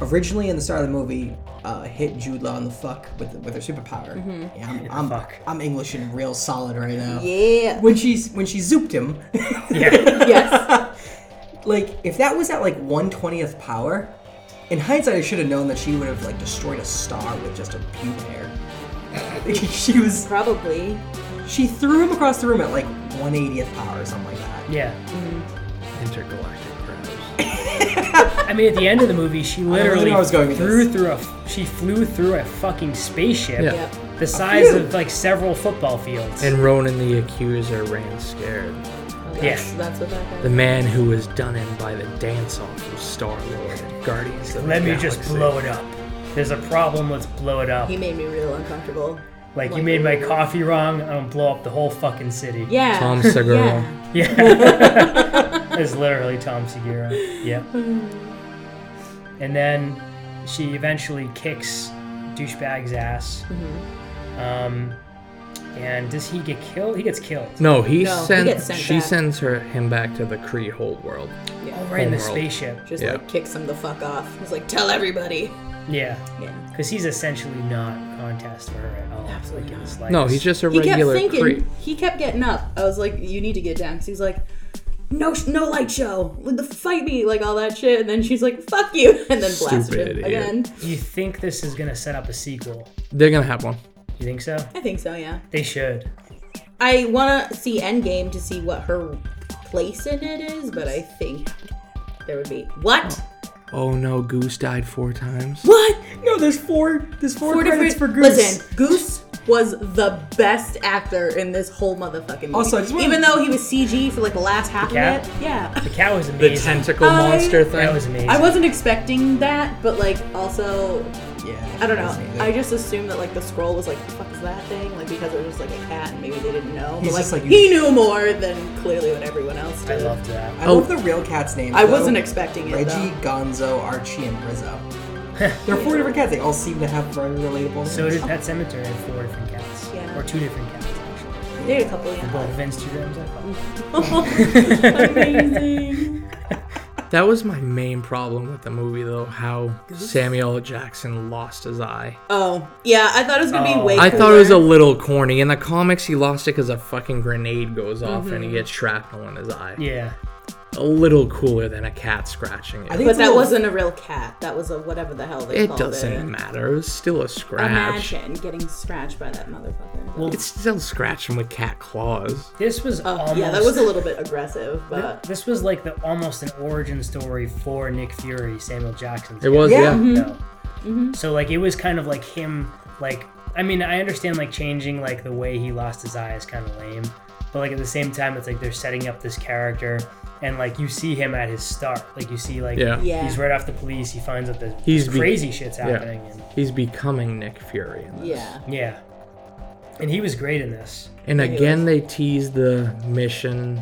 S3: originally in the start of the movie uh, hit Jude Law in the fuck with with her superpower.
S4: Mm-hmm.
S3: Yeah, I'm I'm,
S1: fuck.
S3: I'm English and real solid right now.
S4: Yeah.
S3: When she's when she zooped him,
S1: Yeah.
S4: yes.
S3: like if that was at like one twentieth power, in hindsight I should have known that she would have like destroyed a star with just a pew hair. she was
S4: Probably.
S3: she threw him across the room at like one eightieth power or something like that.
S1: yeah.
S2: Intergalactic crabs.
S1: I mean, at the end of the movie, she literally
S3: where I was going with
S1: flew
S3: this.
S1: through a f- she flew through a fucking spaceship
S2: Yeah.
S4: Yep.
S1: the size
S3: few.
S1: of like several football fields.
S2: And Ronan the Accuser ran scared.
S4: Well, that's,
S1: Yeah.
S4: That's what that
S2: The
S4: was.
S2: man who was done in by the dance off of Star Lord and Guardians of
S1: Let
S2: the
S1: me
S2: Galaxy.
S1: just blow it up. There's a problem. Let's blow it up.
S4: He made me real uncomfortable.
S1: Like you made my coffee wrong. I'm gonna blow up the whole fucking city.
S4: Yeah.
S2: Tom Segura.
S4: Yeah.
S1: That's literally Tom Segura. Yeah.
S4: Mm-hmm.
S1: and then she eventually kicks douchebag's ass.
S4: Mm-hmm.
S1: Um, and does he get killed? He gets killed.
S2: No, he
S4: No, he
S2: sent.
S4: gets sent
S2: she
S4: back.
S2: sends her him back to the Cree Hold world.
S4: Yeah.
S1: Right in the
S2: Homeworld.
S1: spaceship.
S4: Just
S2: Yeah.
S4: like kicks him the fuck off. He's like, tell everybody.
S1: Yeah.
S4: Yeah.
S1: Because he's essentially not a contest for her at all. Absolutely like in his life.
S2: No, he's just a
S4: He kept
S2: regular
S4: thinking.
S2: Cree.
S4: He kept getting up. I was like, you need to get down. 'Cause he's like, no, sh- no light show. Let the fight me, like all that shit. And then she's like, fuck you, and then blasted
S2: Stupid
S4: him
S2: idiot.
S4: again.
S1: You think this is gonna set up a sequel?
S2: They're gonna have one.
S1: You think so?
S4: I think so. Yeah.
S1: They should.
S4: I want to see Endgame to see what her place in it is, but I think there would be what?
S2: Oh no, Goose died four times.
S4: What?
S3: No, there's four there's four,
S4: Four
S3: credits
S4: different-
S3: for Goose.
S4: Listen, Goose was the best actor in this whole motherfucking movie.
S3: Also, I just wanna-
S4: even though he was CG for like the last half of
S1: cat?
S4: it, yeah.
S1: The cat was
S2: The
S1: amazing.
S2: tentacle
S4: I-
S2: monster thing.
S1: That was amazing.
S4: I wasn't expecting that, but like also
S3: Yeah.
S4: I don't know. I just assumed that like the scroll was like, "What the fuck is that thing?" Like because it was just like a cat, and maybe they didn't know.
S3: He's
S4: but like,
S3: just like,
S4: he knew more than clearly what everyone else
S1: I
S4: did.
S1: loved that.
S3: I love the real cat's names.
S4: Oh. I
S3: though.
S4: wasn't expecting it
S3: Reggie,
S4: though.
S3: Gonzo, Archie, and Rizzo. They're four different cats. They all seem to have very relatable names.
S1: So did Pet Cemetery had four different cats.
S4: Yeah.
S1: Or two different cats, actually.
S4: They had a couple, yeah.
S1: Both of Instagrams, I thought.
S4: Amazing.
S2: That was my main problem with the movie, though, how Samuel L. Jackson lost his eye.
S4: Oh, yeah. I thought it was gonna
S1: Oh.
S4: be way.
S2: I
S4: cooler.
S2: thought it was a little corny. In the comics, he lost it because a fucking grenade goes off and he
S4: Mm-hmm.
S2: gets shrapnel in his eye.
S1: Yeah.
S2: A little cooler than a cat scratching
S3: I
S2: it.
S3: think
S4: But
S3: it's a
S4: that
S3: little-
S4: wasn't a real cat. That was a whatever the hell they
S2: It
S4: called
S2: doesn't
S4: it.
S2: matter. It was still a scratch.
S4: Imagine getting scratched by that motherfucker.
S1: Well,
S2: It's still scratching with cat claws.
S1: this was
S4: Oh,
S1: almost.
S4: yeah, that was a little bit aggressive, but
S1: This was like the almost an origin story for Nick Fury, Samuel Jackson's.
S2: It was,
S3: Yeah.
S2: yeah.
S1: though.
S4: Mm-hmm.
S1: So like it was kind of like him like I mean I understand like changing like the way he lost his eye is kind of lame, but like at the same time it's like they're setting up this character and like you see him at his start like you see like
S2: Yeah.
S4: Yeah.
S1: he's right off the police he finds out that
S2: He's be-
S1: crazy shit's
S2: yeah.
S1: happening and
S2: He's becoming Nick Fury. In this.
S4: yeah.
S1: yeah and he was great in this
S2: And again, they tease the mission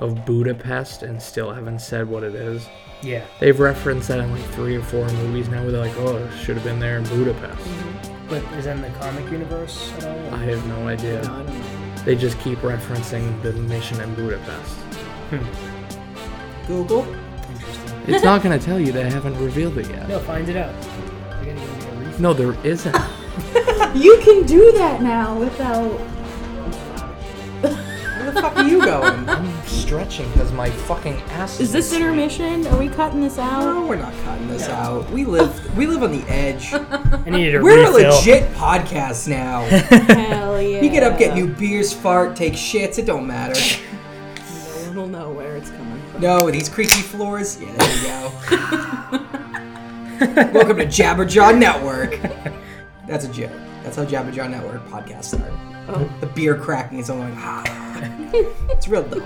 S2: of Budapest and still haven't said what it is.
S1: yeah
S2: They've referenced that in like three or four movies now where they're like, oh, it should have been there in Budapest.
S4: Mm-hmm.
S1: but is that in the comic universe at all
S2: I have no idea.
S4: No, I don't know.
S2: They just keep referencing the mission in Budapest.
S3: Google.
S1: interesting
S2: It's not going to tell you. They haven't revealed it yet.
S1: no find it out We're gonna get a refund.
S2: No, there isn't.
S4: You can do that now without.
S3: Where the fuck are you going?
S2: I'm stretching because my fucking ass
S4: Is this intermission? Are we cutting this out?
S3: No, we're not cutting this out. We live we live on the edge.
S1: I needed a
S3: We're a
S1: refill.
S3: legit podcast now.
S4: Hell yeah.
S3: We get up, get new beers, fart, take shits. It don't matter.
S4: No one will know where it's coming from.
S3: No, these creaky floors. Yeah, there you go. Welcome to Jabberjaw Network. That's a joke. That's how Jabberjaw Network podcasts start. The beer cracking is all like, ah. it's real dumb.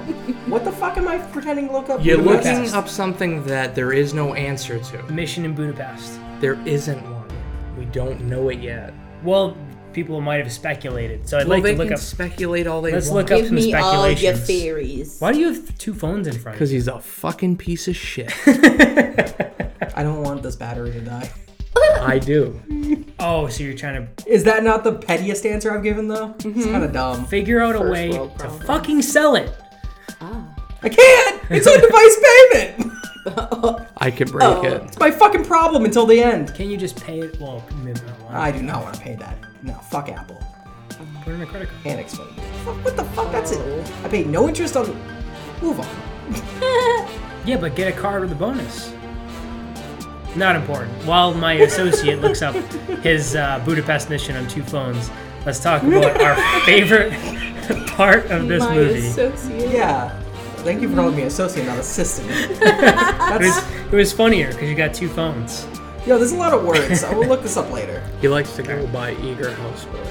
S3: What the fuck am I pretending to look up?
S1: You're
S3: Podcast.
S1: looking
S2: up something that there is no answer to.
S1: Mission in Budapest.
S2: There isn't one. We don't know it yet.
S1: Well, people might have speculated, so I'd
S2: well,
S1: like to
S2: they
S1: look
S2: can
S1: up.
S2: speculate all they
S1: Let's look
S2: want.
S1: up
S4: Give
S1: some
S4: me all your
S1: speculations.
S4: theories.
S1: Why do you have two phones in front?
S2: Because
S1: of you?
S2: he's a fucking piece of shit.
S3: I don't want this battery to die.
S2: I do.
S1: Oh, so you're trying to
S3: Is that not the pettiest answer I've given though? It's kind of dumb.
S1: figure out a way
S4: world
S1: to
S4: problem.
S1: fucking sell it.
S3: I can't. It's on device payment.
S2: I could break it.
S3: It's my fucking problem until the end.
S1: Can you just pay it? Well, maybe not. Why?
S3: I do not want to pay that. No, fuck Apple.
S1: Put it in a credit card.
S3: And explain. Fuck, what the fuck? That's it. I paid no interest on. Move on.
S1: Yeah, but get a card with a bonus. Not important. While my associate looks up his uh, Budapest mission on two phones, let's talk about our favorite part of this
S4: My
S1: movie.
S4: associate.
S3: Yeah. Thank you for calling me associate, not assistant.
S1: it, was, it was funnier because you got two phones.
S3: Yo, there's a lot of words. I will look this up later.
S2: He likes to go by Eager Houseboy.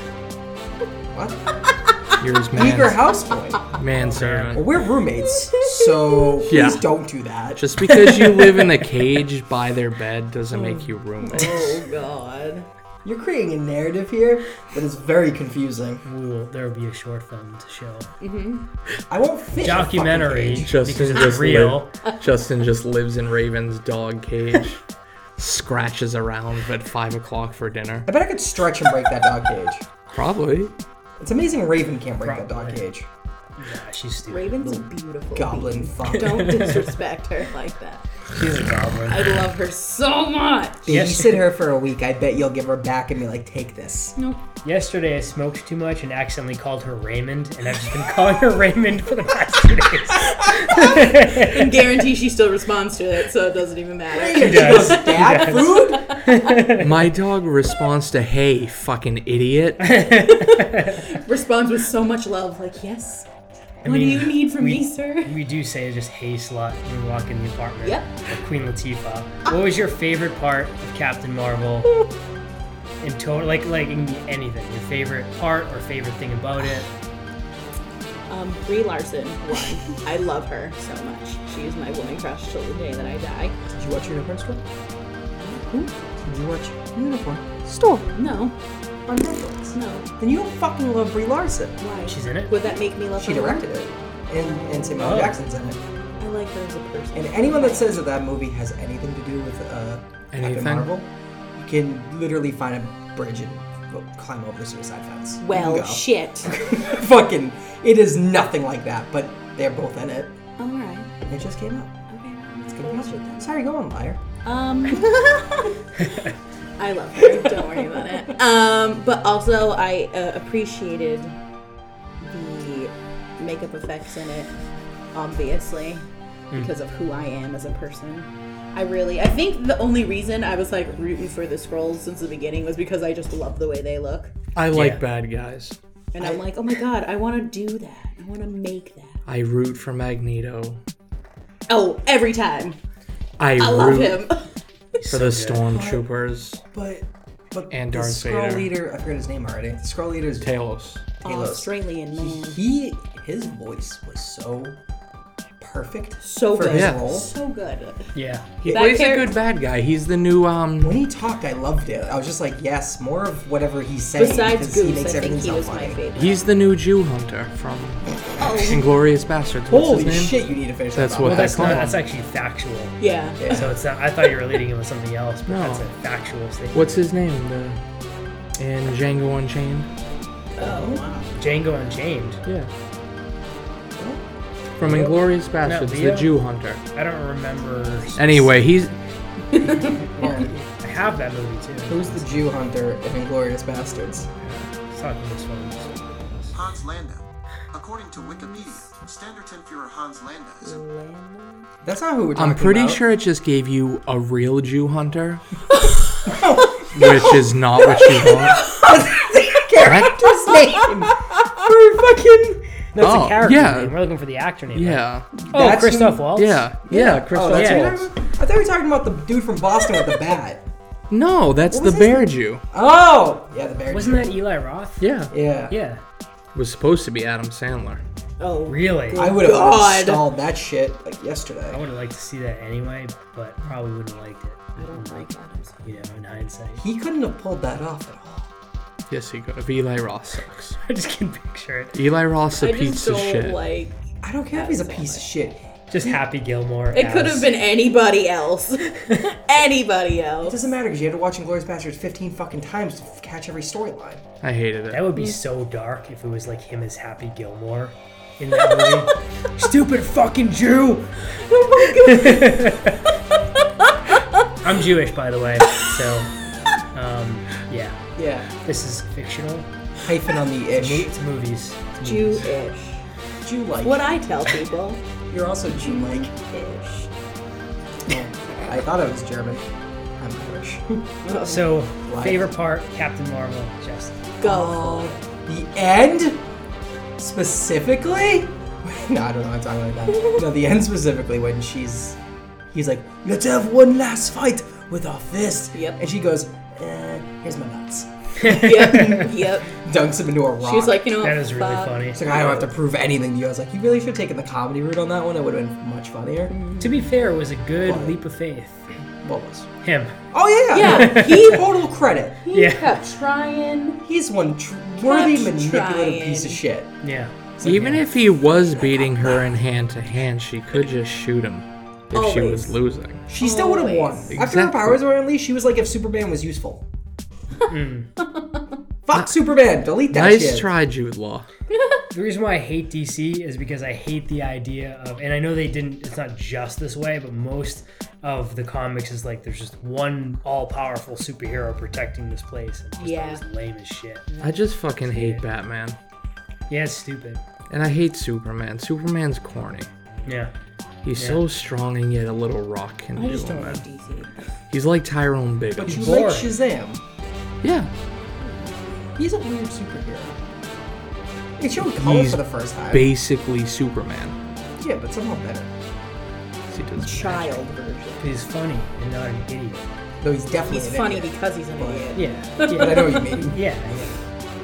S3: What?
S2: You're his man,
S3: Eager houseboy.
S1: manservant.
S3: Well, we're roommates, so please
S2: Yeah.
S3: don't do that.
S2: Just because you live in the cage by their bed doesn't make you roommate.
S4: Oh god.
S3: You're creating a narrative here that is very confusing.
S1: We will, there will be a short film to show.
S3: I won't fit. in a fucking
S1: Documentary
S3: cage.
S1: because
S2: Justin
S1: it's
S2: just
S1: real.
S2: Justin just lives in Raven's dog cage, scratches around at five o'clock for dinner.
S3: I bet I could stretch and break that dog cage.
S2: Probably.
S3: It's amazing Raven can't break that dog
S1: Probably.
S3: cage.
S1: Nah, she's stupid.
S4: Raven's a beautiful.
S3: Goblin fuck.
S4: Don't disrespect her like that.
S1: She's a goblin.
S4: I love her so much.
S1: Yes.
S3: Babysit her for a week. I bet you'll give her back and be like, take this.
S1: Yesterday I smoked too much and accidentally called her Raymond, and I've just been calling her Raymond for the past two days.
S4: And guarantee she still responds to it, so it doesn't even matter.
S3: She
S1: does.
S3: goes, Dad, food?
S2: My dog responds to "Hey, fucking idiot."
S4: Responds with so much love, like, yes. What
S1: mean,
S4: do you need from
S1: we-
S4: me, sir?
S1: We do say just hey slut when we walk in the apartment.
S4: Yep.
S1: Of Queen Latifah. What was your favorite part of Captain Marvel? In total, like like it can be anything. Your favorite part or favorite thing about it?
S4: Um, Brie Larson won. I love her so much. She is my woman crush till the day that I die.
S3: Did you watch Unicorn Store? Did you watch Unicorn
S4: Stop. No,
S3: on Netflix?
S4: no.
S3: Then you don't fucking love Brie Larson.
S4: Why?
S1: She's in it.
S4: Would that make me love
S3: She
S4: her? more?
S3: directed it. And, and Samuel
S1: Oh.
S3: Jackson's in it.
S4: I like her as a person.
S3: And anyone that says that that movie has anything to do with uh, Captain
S2: Anything?
S3: Marvel, you can literally find a bridge and well, climb over the suicide fence.
S4: well,
S3: Go.
S4: shit.
S3: fucking, it is nothing like that, but they're both in it.
S4: All right.
S3: It just came out.
S4: Okay.
S3: It's gonna be awesome. Sorry, go on, liar.
S4: Um, I love her. Don't worry about it. Um, but also, I uh, appreciated the makeup effects in it, obviously,
S3: Hmm.
S4: because of who I am as a person. I really, I think the only reason I was like rooting for the scrolls since the beginning was because I just love the way they look,
S2: I like
S1: Yeah.
S2: bad guys.
S4: and I, am like, oh my god, I want to do that. I want to make that.
S2: I root for Magneto.
S4: Oh, every time.
S2: I,
S4: I love
S2: root
S4: him.
S2: for the stormtroopers.
S3: But but
S2: And
S3: the
S2: Darth
S3: scroll
S2: Vader.
S3: leader, I forgot his name already. The scroll leader is
S2: Talos.
S3: Talos.
S4: Australian man.
S3: He his voice was so perfect
S4: So
S3: for
S4: good.
S3: his
S2: Yeah.
S3: role.
S4: So good.
S1: Yeah.
S2: He
S4: That
S2: plays
S4: char-
S2: a good bad guy. He's the new um.
S3: When he talked, I loved it. I was just like, yes, more of whatever he's saying
S4: Besides
S3: because he
S4: Goose,
S3: makes
S4: I
S3: everything
S4: think he
S3: sound
S4: was my
S3: funny.
S4: favorite.
S2: He's the new Jew hunter from
S4: Oh,
S2: Inglorious Bastards. What's
S3: Holy
S2: his name?
S3: shit, you need to finish
S2: That's
S3: that
S1: Well,
S2: what-
S3: novel.
S1: that's
S2: Come
S1: not.
S2: on.
S1: That's actually factual.
S4: yeah.
S1: So it's not. I thought you were leading it with something else, but
S2: No.
S1: that's a factual statement.
S2: What's his name? The in Django Unchained.
S4: Oh, wow.
S1: Django Unchained.
S2: Yeah. From Inglorious Bastards,
S1: Leo?
S2: the uh, Jew hunter.
S1: I don't remember.
S2: Anyway, he's
S1: I have that movie too.
S3: Who's the Jew hunter in Inglorious Bastards?
S1: talking this one.
S5: Hans Landa. According to Wikipedia, Standerton Führer Hans Landa is a
S3: That's not who we're talking
S2: I'm pretty
S3: about.
S2: sure it just gave you a real Jew hunter, which is not what you want. Correct?
S3: His name. We're fucking.
S1: No, it's
S2: Oh,
S1: a character
S2: yeah.
S1: name. We're looking for the actor name. right?
S2: Yeah,
S1: Oh,
S3: That's
S1: Christoph
S3: who-
S1: Waltz.
S2: yeah, yeah. Chris
S3: Oh,
S2: Rock.
S3: that's
S1: Yeah.
S3: who we're talking about? I thought we were talking about the dude from Boston with the bat.
S2: No, that's the
S3: was his
S2: bear Jew.
S3: Oh, yeah, the bear.
S1: Wasn't that Eli Roth?
S2: Yeah,
S3: Yeah.
S1: Yeah.
S2: was supposed to be Adam Sandler.
S4: Oh,
S1: Really?
S3: I would have
S4: God.
S3: installed that shit like
S1: I
S3: yesterday.
S1: would have liked to see that anyway, but probably wouldn't have liked it.
S4: I don't like Adam Sandler.
S1: You know, in hindsight.
S3: He couldn't have pulled that off at all.
S2: Yes, he could have. Eli Roth sucks.
S1: I just can picture it.
S2: Eli Roth's a
S4: I
S2: piece
S4: just
S2: of
S4: don't
S2: shit.
S4: like.
S3: I don't care if he's a piece of shit.
S1: Just Happy Gilmore.
S4: It could have been anybody else. anybody
S3: It
S4: else.
S3: doesn't matter because you had to watch Inglourious Bastards 15 fucking times to f- catch every storyline.
S2: I hated
S1: That
S2: it.
S1: would be so dark if it was like him as Happy Gilmore in that movie. Stupid fucking Jew! I'm Jewish, by the way, so um, yeah.
S3: Yeah.
S1: This is fictional.
S3: Hyphen on the ish.
S1: It's movies. It's movies.
S4: Jewish.
S3: Jew like.
S4: What I tell people.
S3: You're also Jew like.
S4: Ish.
S3: I thought I was German. I'm Irish.
S1: So,
S3: Life.
S1: favorite part, Captain Marvel, just
S4: Go.
S3: The end? Specifically? no, I don't know. I'm talking like that. no, the end specifically when she's, he's like, let's have one last fight with our fist.
S4: Yep.
S3: And she goes, uh, here's my nuts.
S4: Yep. yep.
S3: Dunks him into a rock.
S4: She's like, you know
S1: that is really
S4: Oh, fuck.
S1: funny.
S3: She's like, I don't have to prove anything to you. I was like, you really should have taken the comedy route on that one. It would have been much funnier.
S4: Mm-hmm.
S1: To be fair, it was a good
S3: What?
S1: leap of faith.
S3: What was?
S1: Him.
S3: Oh yeah,
S4: Yeah,
S3: He total credit.
S4: He
S1: Yeah.
S4: kept trying.
S3: He's one tr- worthy
S4: Kept
S3: manipulative
S4: trying.
S3: piece of shit.
S1: Yeah.
S2: Even if he was beating her in hand to hand, she could just shoot him if she was
S4: Always.
S2: losing.
S3: She still would have won.
S4: Always.
S3: After her
S2: Exactly.
S3: powers were unleashed, she was like, if Superman was useful. Fuck Superman. Delete that
S2: Nice
S3: shit.
S2: try, Jude Law.
S1: The reason why I hate DC is because I hate the idea of, and I know they didn't, it's not just this way, but most of the comics is like there's just one all powerful superhero protecting this place. And just
S4: Yeah.
S1: always lame as shit.
S2: I just fucking hate Batman.
S1: Yeah, it's stupid.
S2: And I hate Superman. Superman's corny.
S1: Yeah.
S2: He's so strong and yet a little rock can
S4: I
S2: do
S4: just
S2: him.
S4: don't like
S2: man.
S4: DC.
S2: He's like Tyrone Biggum.
S3: But you
S1: Boring.
S3: like Shazam.
S2: yeah.
S3: He's a weird superhero. It showed color
S2: He's
S3: for the first time.
S2: Basically Superman.
S3: yeah, but somehow better.
S2: He does.
S4: Child version.
S1: He's funny and not an idiot.
S3: No, he's definitely
S4: He's
S3: an
S4: funny
S3: idiot.
S4: because he's an idiot.
S1: Yeah. Yeah.
S3: But I know what you mean.
S1: yeah. yeah.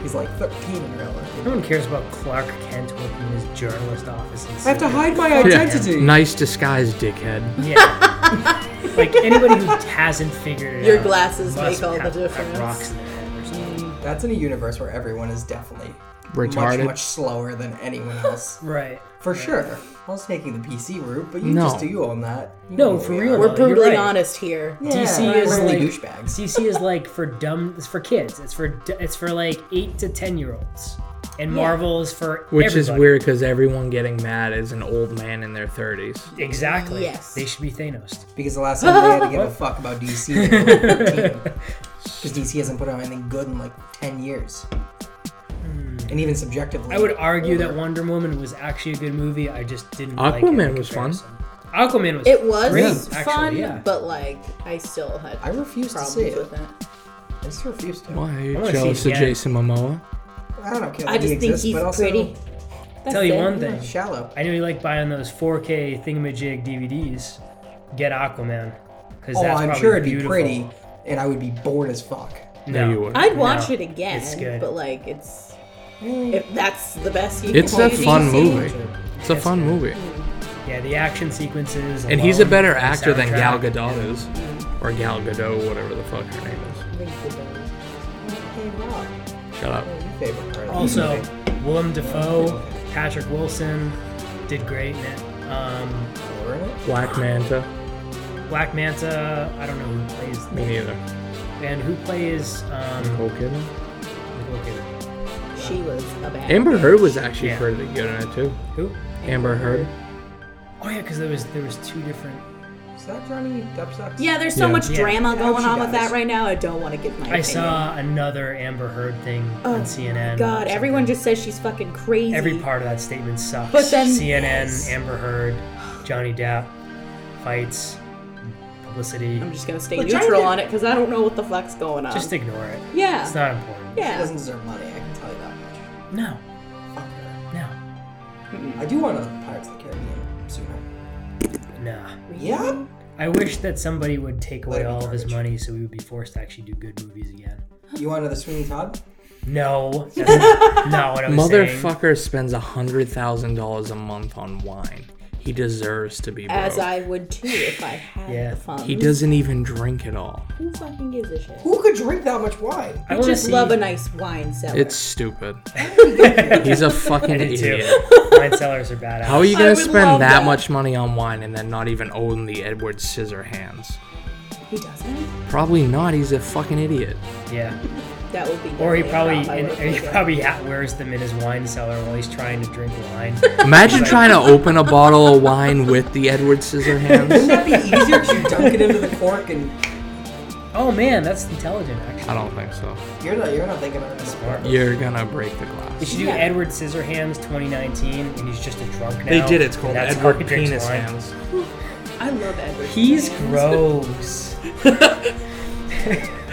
S3: He's like 13 in real life.
S1: No one cares about Clark Kent working in his journalist office. And
S3: I have to hide my
S2: Yeah.
S3: identity.
S2: Nice disguise, dickhead.
S1: Yeah. like anybody who hasn't figured it
S4: Your
S1: out
S4: glasses
S1: must
S4: make all the
S1: have- have
S4: difference.
S1: Rocks in their head or something.
S3: That's in a universe where everyone is definitely
S2: Retarded.
S3: much, much slower than anyone else.
S1: Right.
S3: For sure. I was taking the PC route, but you
S2: No.
S3: just do you on that. You
S1: No,
S3: know
S1: for
S3: we
S1: real. We're
S3: are.
S4: We're
S1: Well, you're
S4: brutally
S1: right.
S4: honest here.
S3: Yeah,
S1: DC
S3: we're
S1: is
S3: really
S1: like
S3: douchebags.
S1: DC is like for dumb. It's for kids. It's for d- it's for like eight to ten year olds. And Marvel is for
S2: Which is
S1: everybody.
S2: weird because everyone getting mad is an old man in their 30s.
S1: Exactly.
S4: Yes.
S1: They should be Thanos.
S3: Because the last time they had to give a fuck about DC, they were like 13. Because DC hasn't put out anything good in like 10 years. And even subjectively.
S1: Hmm. I would argue that Wonder Woman was actually a good movie. I just didn't. like it
S2: Aquaman
S1: in
S2: was fun.
S1: comparison. Aquaman was.
S4: It was
S1: great, actually,
S4: fun,
S1: yeah.
S4: but like I still had
S3: I refuse to
S4: problems
S3: see it.
S4: with it.
S3: I just refuse to.
S2: Why are you
S1: wanna see
S2: jealous
S1: it
S2: of
S1: again.
S2: Jason Momoa?
S3: I don't care. That
S4: I just
S3: he
S4: think
S3: exists,
S4: he's
S3: but also,
S4: pretty. That's
S1: Tell you
S4: it.
S1: one thing.
S3: Shallow.
S1: I knew you like buying those 4K thingamajig DVDs. Get Aquaman. 'cause
S3: Oh,
S1: that's
S3: I'm
S1: probably
S3: sure it'd be
S1: beautiful.
S3: pretty, and I would be bored as fuck.
S1: No,
S2: you would.
S4: I'd watch
S1: No,
S4: it again,
S1: it's good.
S4: but like it's
S3: Mm.
S4: if that's the best you
S2: It's
S4: can
S2: a
S4: do,
S2: fun
S4: DC.
S2: movie. It's a fun movie.
S1: Yeah, the action sequences.
S2: And he's a
S1: alone,
S2: better
S1: the
S2: actor than Gal
S1: soundtrack.
S2: Gadot is. Or Gal Gadot, whatever the fuck her name is.
S3: Hey, Rob,
S2: Shut up.
S3: what's your favorite part of the
S1: Also,
S3: movie?
S1: Willem Dafoe, Patrick Wilson did great in it. Um,
S3: Color in it?
S2: Black Manta.
S1: Black Manta, I don't know who plays
S2: Me neither.
S1: and who plays um
S2: Nicole Kidman.
S1: Nicole Kidman.
S4: She was a bad.
S2: Amber Heard was actually
S1: Yeah.
S2: pretty good in it too.
S1: Who?
S2: Amber Heard.
S1: Oh yeah, because there was there was two different
S3: Is that Johnny Depp sucks?
S4: Yeah, there's so
S2: Yeah.
S4: much
S1: Yeah.
S4: drama going
S3: she
S4: on with
S3: dies.
S4: that right now. I don't want to give my.
S1: I saw another Amber Heard thing
S4: Oh,
S1: on CNN. or
S4: God,
S1: something.
S4: everyone just says she's fucking crazy.
S1: every part of that statement sucks.
S4: But then-
S1: CNN,
S4: yes.
S1: Amber Heard, Johnny Depp, fights, publicity.
S4: I'm just gonna stay
S3: But
S4: neutral
S3: Jonathan-
S4: on it because I don't know what the fuck's going on.
S1: Just ignore it.
S4: yeah,
S1: It's not important.
S3: She
S4: yeah.
S3: doesn't deserve money, I can tell you that much.
S1: No,
S3: Fuck her.
S1: no,
S3: I do want another Pirates of the Caribbean sooner.
S1: nah.
S3: Yeah?
S1: I wish that somebody would take away
S3: Let it be
S1: all of his
S3: garbage.
S1: money so we would be forced to actually do good movies again.
S3: You want another Sweeney Todd?
S1: No, that's not what I was saying.
S2: Motherfucker spends a hundred thousand dollars a month on wine. He deserves to be broke.
S4: As I would too if I had
S1: Yeah.
S4: the funds.
S2: he doesn't even drink at all.
S4: Who fucking gives a shit?
S3: Who could drink that much wine?
S1: I
S4: I
S1: wanna
S4: just
S1: see-
S4: love a nice wine cellar.
S2: It's stupid. He's a fucking
S1: Me too.
S2: idiot.
S1: Wine cellars are badass.
S2: How are you
S4: I
S2: gonna
S4: would love
S2: spend that,
S4: that.
S2: much money on wine and then not even own the Edward Scissorhands?
S4: he doesn't.
S2: Probably not. He's a fucking idiot.
S1: Yeah.
S4: That would be.
S1: Or he
S4: definitely a
S1: probably
S4: prop I
S1: and,
S4: would
S1: and he
S4: take it.
S1: probably ha- wears them in his wine cellar while he's trying to drink wine.
S2: Imagine trying to open a bottle of wine with the Edward Scissorhands.
S3: Wouldn't that be easier to dunk it into the cork and
S1: oh man, that's intelligent actually.
S2: I don't think so.
S3: you're not you're not thinking about this part.
S2: You're gonna break the
S1: We
S2: glass.
S1: should do
S4: Yeah.
S1: Edward Scissorhands 2019, and he's just a drunk now.
S2: They did. It's called
S1: and that's how
S2: Edward
S1: he drinks
S2: Penis
S1: wine.
S2: Hands.
S4: I love Edward.
S1: He's
S4: James.
S1: gross.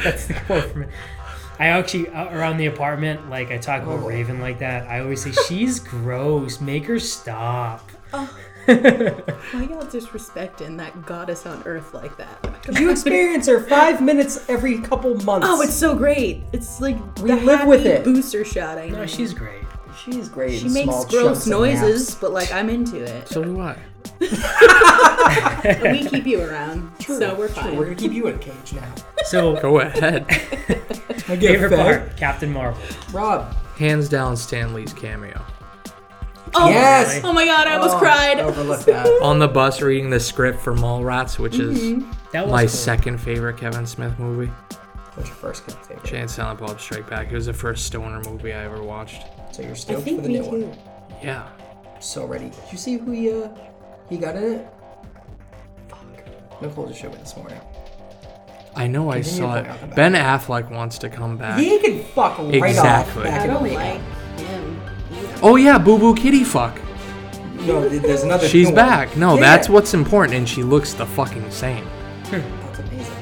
S1: that's the quote from it. I actually uh, around the apartment, like I talk about
S3: Oh.
S1: Raven like that. I always say she's gross. Make her stop.
S4: Oh, Why y'all disrespecting that goddess on earth like that?
S3: You experience her five minutes every couple months.
S4: Oh, it's so great. It's like we the
S3: live with
S4: happy
S3: it.
S4: booster shot. I know.
S1: No, she's great.
S3: she's great.
S4: she
S3: in
S4: makes
S3: small
S4: gross
S3: chunks and
S4: noises,
S3: naps.
S4: but like I'm into it.
S2: So do I.
S4: And we keep you around, so we're
S3: Sure,
S4: fine.
S3: we're gonna keep you in a cage now.
S1: So
S2: Go ahead.
S3: I get
S1: favorite
S3: fed.
S1: part, Captain Marvel.
S3: Rob.
S2: Hands down, Stan Lee's cameo.
S4: Oh,
S3: Yes.
S4: Oh my god, I almost
S3: Oh,
S4: cried.
S3: Overlooked that.
S2: On the bus reading the script for Mallrats, which is
S1: That was
S2: my
S1: cool.
S2: second favorite Kevin Smith movie.
S3: What's your first good favorite?
S2: Jay and Silent Bob Strike Back. It was the first stoner movie I ever watched.
S3: So you're
S4: I
S3: stoked for
S4: think
S3: the
S4: me
S3: new
S4: too.
S3: one.
S2: Yeah.
S3: So ready. Did you see who he uh he got in it? Fuck. Nicole just showed me this morning.
S2: I know I
S3: Continue
S2: saw
S3: to talk
S2: it.
S3: about
S2: Ben Affleck wants to come back.
S3: He can fuck right
S2: Exactly.
S3: off. back
S4: I
S3: in the
S4: don't
S3: league.
S4: like him. either.
S2: Oh yeah, Boo Boo Kitty Fuck.
S3: No, th- there's another.
S2: She's
S3: film.
S2: back. No,
S3: Yeah.
S2: that's what's important, and she looks the fucking same.
S3: That's amazing.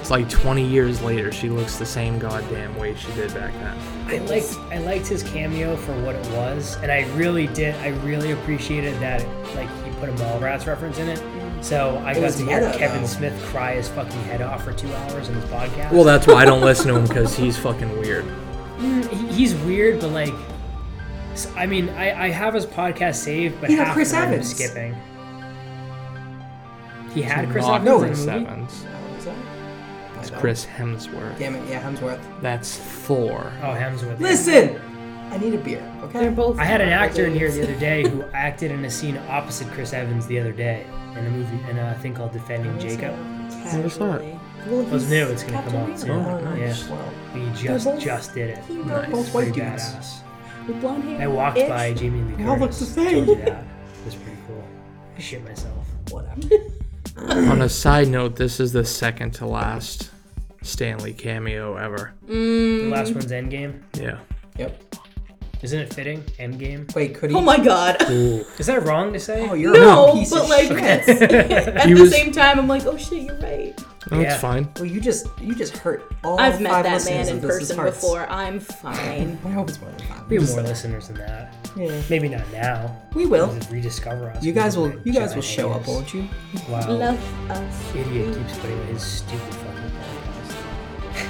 S2: It's like 20 years later, she looks the same goddamn way she did back then.
S1: I liked I liked his cameo for what it was, and I really did. I really appreciated that like he put a Mallrats reference in it. So I got
S3: was
S1: to hear
S3: meta,
S1: Kevin
S3: though.
S1: Smith cry his fucking head off for two hours in his podcast.
S2: Well, that's why I don't listen to him because he's fucking weird.
S1: He- he's weird, but like, s- I mean, I, I have his podcast saved, but
S3: He had
S1: half
S3: Chris
S1: of it I'm
S3: Evans.
S1: skipping. He had Chris Evans
S2: Not
S3: No,
S1: in
S2: Chris
S1: the movie.
S2: Evans.
S3: Oh, is that?
S2: It's
S3: I know.
S2: Chris Hemsworth.
S3: Damn it, yeah, Hemsworth.
S2: That's Thor.
S1: Oh, Hemsworth.
S3: Listen, I need a beer. Okay.
S4: They're both.
S1: I had an actor in here the other day who acted in a scene opposite Chris Evans the other day in a movie in a thing called Defending Jacob.
S2: What's that?
S4: Casually.
S3: Well,
S1: Well, it's new. It's gonna come out soon.
S2: Oh, nice.
S1: Yeah,
S3: Well,
S1: we just
S3: both-
S1: just did it.
S4: He wrote
S2: Nice.
S4: both
S3: white
S1: Pretty
S3: dudes.
S1: badass.
S4: with blonde hair.
S1: I walked
S4: It's-
S1: by Jamie Lee
S3: They all look
S1: Curtis.
S3: the same.
S1: Told you that. It was pretty cool. I shit myself.
S3: whatever.
S2: On a side note, this is the second to last Stanley cameo ever.
S1: The last one's Endgame.
S2: Yeah.
S3: Yep.
S1: Isn't it fitting? Endgame.
S3: Wait, could he?
S4: Oh my god.
S1: Is that wrong to say?
S3: Mm. Oh, you're a
S4: No,
S3: piece
S4: but
S3: of
S4: like
S3: shit.
S4: that's- at
S2: He
S4: the
S2: was-
S4: same time, I'm like, oh shit, you're right.
S2: No,
S1: Yeah.
S2: Oh, It's fine.
S3: Well, you just you just hurt all
S4: I've met
S3: five
S4: that
S3: listeners
S4: man
S3: of
S4: in
S3: This Is
S4: person
S3: Hearts.
S4: before. I'm fine.
S3: I hope it's more than five.
S1: We have
S3: Just-
S1: more listeners than that.
S3: Yeah.
S1: Maybe not now.
S3: We will.
S1: Just rediscover us.
S3: You guys will.
S1: Like,
S3: You guys will
S1: giant
S3: show up,
S1: idiots.
S3: won't you?
S1: Wow.
S4: Love us.
S1: Idiot keeps putting on his stupid fucking podcast.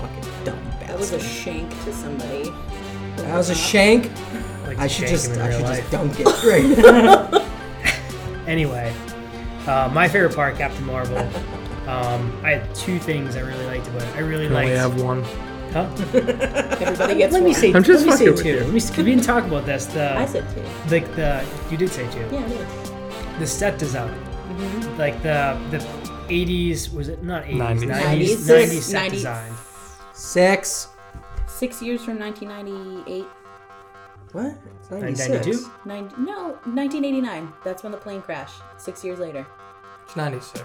S3: Fucking dumb
S4: That was a
S3: bastard.
S4: shank to somebody.
S3: That was a shank.
S1: Like
S3: I should
S1: shank
S3: just.
S1: him in
S3: I
S1: real
S3: should
S1: life.
S3: just dunk it. Great.
S1: Anyway, uh, my favorite part, Captain Marvel. Um, I had two things I really liked about it. I really
S2: I
S1: liked.
S2: only have one.
S1: Huh?
S4: Everybody gets
S1: Let
S4: one.
S1: me say.
S2: I'm just
S1: let me say
S2: fucking with
S1: two.
S2: you.
S1: Let me. Can we didn't talk about this?
S4: I
S1: The
S4: said two.
S1: like the you did say two.
S4: Yeah, it is.
S1: The set design,
S4: Mm-hmm.
S1: like the the 80s was it not 80s
S2: 90s.
S1: 90s
S4: 90s,
S1: 90s set
S4: 90s.
S1: design.
S3: Six.
S4: Six years from 1998.
S3: What? It's 96.
S1: 92?
S4: Nine, no, 1989. That's when the plane crashed. Six years later.
S2: It's 96.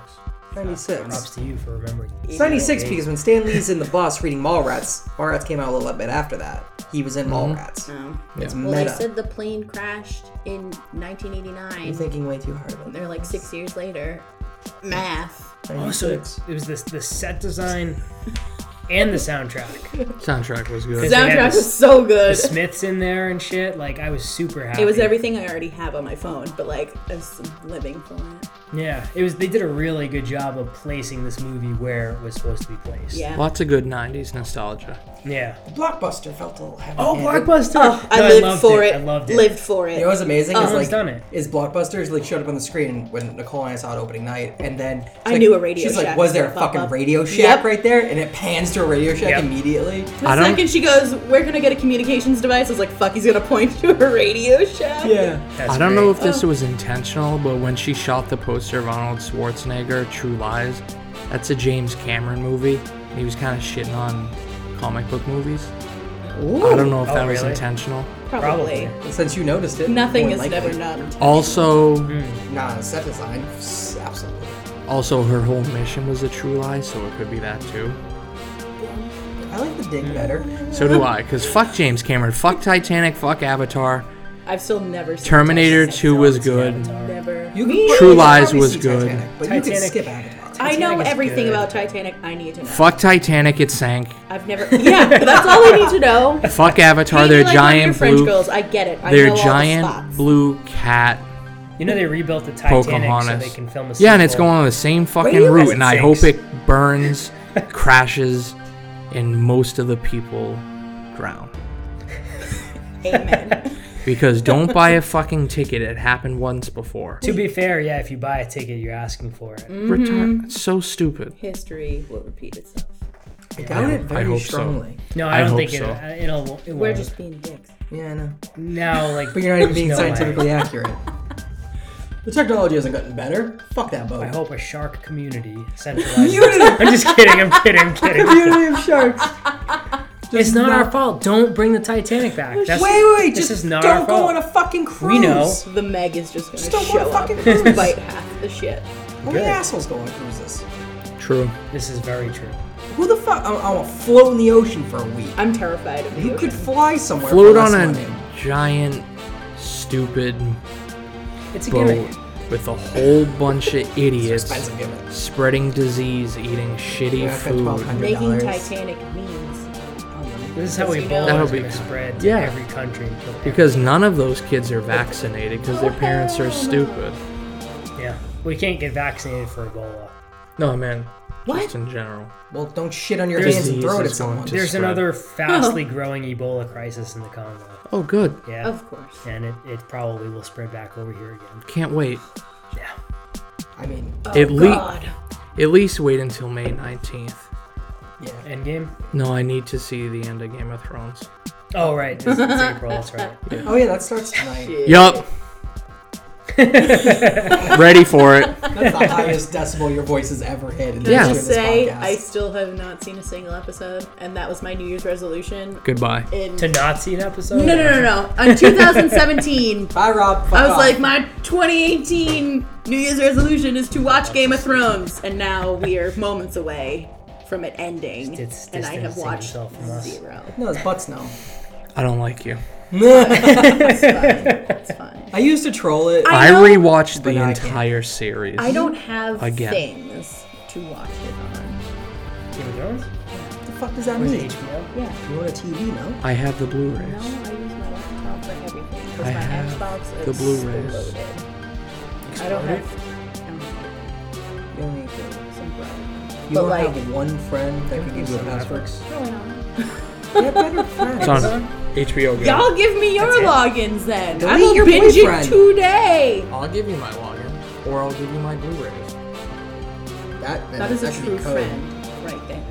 S3: 96.
S1: Props to you for remembering.
S3: It's 96 because when Stan Lee's in the bus reading Mallrats, Mallrats came out a little bit after that. He was in
S1: Mm-hmm.
S3: Mallrats.
S4: No.
S3: It's
S4: Well, they
S3: meta.
S4: said the plane crashed in 1989.
S3: You're thinking way too hard about
S4: They're like six years later. Math.
S1: Also, it's, Oh, it was this the set design and the soundtrack.
S2: Soundtrack
S1: Is
S2: was good.
S1: it- had
S4: Soundtrack
S1: this-
S4: was so good.
S1: The Smiths in there and shit. Like I was super happy.
S4: It was everything I already have on my phone, but like I was living for it.
S1: Yeah, it was. They did a really good job of placing this movie where it was supposed to be placed.
S4: Yeah.
S2: Lots of good 90s nostalgia.
S1: Yeah.
S3: Blockbuster felt a little heavy.
S1: Oh, blockbuster!
S4: Oh, I
S1: No,
S4: lived
S1: loved
S4: for it.
S1: I loved it.
S4: Lived for it.
S3: You know what's
S4: Oh.
S3: amazing is
S1: Someone's
S3: like
S1: done it.
S3: is Blockbusters like showed up on the screen when Nicole and I saw it opening night, and then she's
S4: I
S3: like-
S4: knew a Radio
S3: She's like,
S4: Shack
S3: "Was
S4: was
S3: there a
S4: gonna pop
S3: fucking
S4: up."
S3: Radio Shack
S4: Yep.
S3: right there?" And it pans to a Radio Shack
S1: Yep.
S3: immediately.
S4: the
S2: I don't-
S4: second she goes, "Where can I get a communications device?" I was like, "Fuck!" He's gonna point to a Radio Shack.
S3: Yeah,
S1: That's
S2: I don't
S1: great.
S2: know if this was intentional, but when she shot the poster of Arnold Schwarzenegger, True Lies, that's a James Cameron movie. and He was kind of shitting on comic book movies. I don't know if
S1: Oh,
S2: that was
S1: really?
S2: intentional.
S4: Probably.
S3: since you noticed it,
S4: Nothing
S3: more
S4: is
S3: likely.
S4: never done.
S2: Also,
S1: Hmm.
S3: Nah, the set design, s- absolutely.
S2: also her whole mission was a true lie, so it could be that too.
S3: I like the
S1: Mm.
S3: ding better.
S2: So do I, because fuck James Cameron, fuck Titanic, fuck Avatar,
S4: I've still never seen
S2: Terminator 2 was good.
S4: Titanic. Never.
S3: You can
S2: True
S3: you can
S2: Lies
S3: probably
S2: was
S3: see
S2: good.
S3: Titanic, but you can
S1: Titanic-
S3: skip Avatar.
S4: I know
S1: Titanic is
S4: everything
S1: good.
S4: about Titanic. I need to know.
S2: Fuck Titanic, it sank.
S4: I've never. Yeah, that's all I need to know.
S2: Fuck Avatar,
S4: Maybe
S2: they're
S4: like one of your
S2: giant
S4: French
S2: blue.
S4: girls. I get it. I
S2: They're
S4: know
S2: giant
S4: all the spots.
S2: blue cat
S1: You know they rebuilt the Titanic so
S2: Pocahontas.
S1: they can film a
S2: yeah, and it's
S1: sequel.
S2: going on the same fucking
S1: Really?
S2: route, and I
S1: Sinks.
S2: hope it burns, crashes, and most of the people drown.
S4: Amen.
S2: Because don't buy a fucking ticket. It happened once before.
S1: To be fair, yeah, if you buy a ticket, you're asking for it.
S3: Mm.
S2: Retar- it's so stupid.
S4: History will repeat itself.
S3: I doubt it
S2: I
S3: very
S2: hope so.
S3: strongly.
S1: No, I,
S2: I
S1: don't
S2: hope
S1: think
S2: so.
S1: it, uh, it'll. It
S4: We're
S1: won't.
S4: just being dicks.
S3: Yeah, I know.
S1: now like.
S3: But you're not even
S1: there's
S3: being
S1: no way.
S3: scientifically accurate. The technology hasn't gotten better. Fuck that boat.
S1: I hope a shark community centralizes. I'm just kidding. I'm kidding. I'm kidding.
S3: Community of sharks.
S1: it's not
S3: not-
S1: our fault. Don't bring the Titanic back. That's,
S3: wait, wait, wait.
S1: this
S3: Just
S1: is not
S3: don't
S1: our
S3: go
S1: fault.
S3: on a fucking cruise.
S1: We know.
S4: The Meg is just gonna
S3: Just don't
S4: show
S3: wanna
S4: up
S3: fucking
S4: and
S3: lose.
S4: bite half the shit.
S3: How many assholes go on cruises?
S2: True.
S1: This is very true.
S3: Who the fuck? I, I want to float in the ocean for a week.
S4: I'm terrified of the
S3: You
S4: ocean.
S3: could fly somewhere.
S2: Float
S3: for
S2: on
S3: less
S2: a
S3: money.
S2: giant, stupid
S1: It's a
S2: boat
S1: gimmick.
S2: with a whole bunch of idiots
S3: expensive gimmick.
S2: sspring disease, eating shitty
S3: Yeah, I spent
S2: food.
S3: $1,200.
S4: Making
S3: dollars. Oh,
S4: Titanic memes.
S1: This is how
S4: Because you know-
S1: Ebola
S2: That'll
S1: is
S2: be
S1: going to
S2: good.
S1: spread to
S2: Yeah.
S1: every country and kill everyone.
S2: Because none of those kids are vaccinated because their parents are stupid.
S1: Yeah, we can't get vaccinated for Ebola.
S2: No, I mean,
S4: What?
S2: just in general.
S3: Well, don't shit on your
S1: There's-
S3: hands and throw it at
S2: Disease is going
S3: someone.
S2: to-
S1: There's
S2: spread.
S1: another fastly growing Ebola crisis in the Congo.
S2: Oh, good.
S1: Yeah,
S4: Of course.
S1: and it, it probably will spread back over here again.
S2: Can't wait.
S1: Yeah.
S3: I mean,
S2: at, le-
S4: Oh, God.
S2: at least wait until May 19th.
S3: yeah.
S1: Endgame.
S2: No, I need to see the end of Game of Thrones.
S1: Oh right, it's, it's April. That's right.
S3: Oh yeah, that starts tonight.
S2: Yup. Ready for it.
S3: That's the highest decibel your voice has ever hit. In the
S2: Yeah.
S3: history
S4: Just
S3: of this
S4: say
S3: podcast.
S4: I still have not seen a single episode, and that was my New Year's resolution.
S2: Goodbye.
S4: In
S1: To not see an episode.
S4: no, no, no, no. On 2017,
S3: Bye, Rob. Fuck
S4: I was
S3: off.
S4: like, my 2018 New Year's resolution is to watch Game of Thrones, and now we are moments away from it ending,
S1: It's
S4: and I have
S1: distancing
S4: watched
S1: yourself from us.
S4: zero.
S3: no, it's butts now.
S2: I don't like you.
S4: It's fine.
S3: I used to troll it.
S4: I
S2: I,
S4: know-
S2: rewatched the
S3: now I can't.
S2: entire series.
S4: I don't have
S2: Again.
S4: things to watch it on.
S1: Game of Thrones.
S3: what the fuck does that
S1: Was it
S3: mean?
S1: HBO?
S4: Yeah.
S3: You want a TV now?
S2: I have the
S4: No,
S2: Blu-rays.
S4: I use my laptop for everything because
S2: I
S4: my
S2: have
S4: Xbox is
S2: the Blu-rays.
S4: loaded. I don't have. I don't have
S3: You don't need to.
S4: some problem.
S3: You
S4: But,
S3: don't
S4: like-
S3: have one friend that can give you a password.
S4: Probably not.
S3: You have better friends.
S2: It's on HBO. Go.
S4: Y'all give me your logins then. I
S3: Delete
S4: will
S3: your
S4: binge
S3: boyfriend.
S4: it today.
S2: I'll give you my login, or I'll give you my Blu-rays.
S3: That,
S4: That is a
S3: actually
S4: true
S3: code.
S4: friend right there.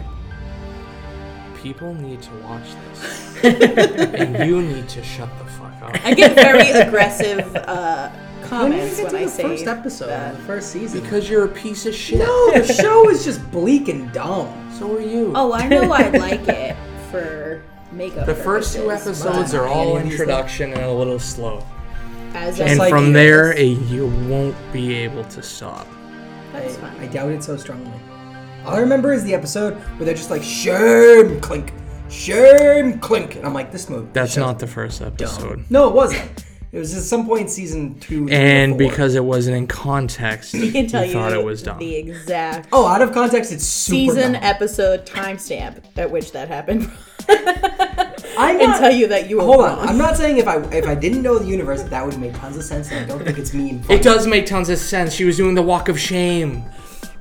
S2: People need to watch this, and you need to shut the fuck up
S4: I get very aggressive uh,
S3: When did
S4: comments
S3: we get
S4: when
S3: to
S4: I
S3: the
S4: say
S3: first episode,
S4: that.
S3: of the first season?
S2: because you're a piece of shit.
S3: no, the show is just bleak and dumb.
S2: So are you.
S4: Oh, I know I like it for makeup.
S2: the first two
S4: purposes,
S2: episodes
S4: but
S2: are all
S3: Any of these
S2: introduction and a little slow,
S4: as
S2: and
S4: I
S3: like
S2: from
S4: do
S2: there
S4: this,
S2: eh, you won't be able to stop.
S4: That's
S3: I,
S4: fine.
S3: I doubt it so strongly. All I remember is the episode where they're just like shame clink, shame clink, and I'm like, this movie.
S2: That's
S3: this show's
S2: not the first episode.
S3: dumb. No, it wasn't. It was at some point in season two.
S2: And
S3: or four.
S2: because it wasn't in context, you,
S4: I can tell you,
S2: thought it was dumb.
S4: the exact
S3: oh, out of context, it's super
S4: season,
S3: dumb.
S4: episode, timestamp at which that happened,
S3: I'm
S4: and
S3: not-
S4: tell you that you were
S3: Hold
S4: wrong.
S3: on, I'm not saying if I if I didn't know the universe, that would make tons of sense, and I don't think it's mean.
S2: it does make tons of sense. She was doing the walk of shame.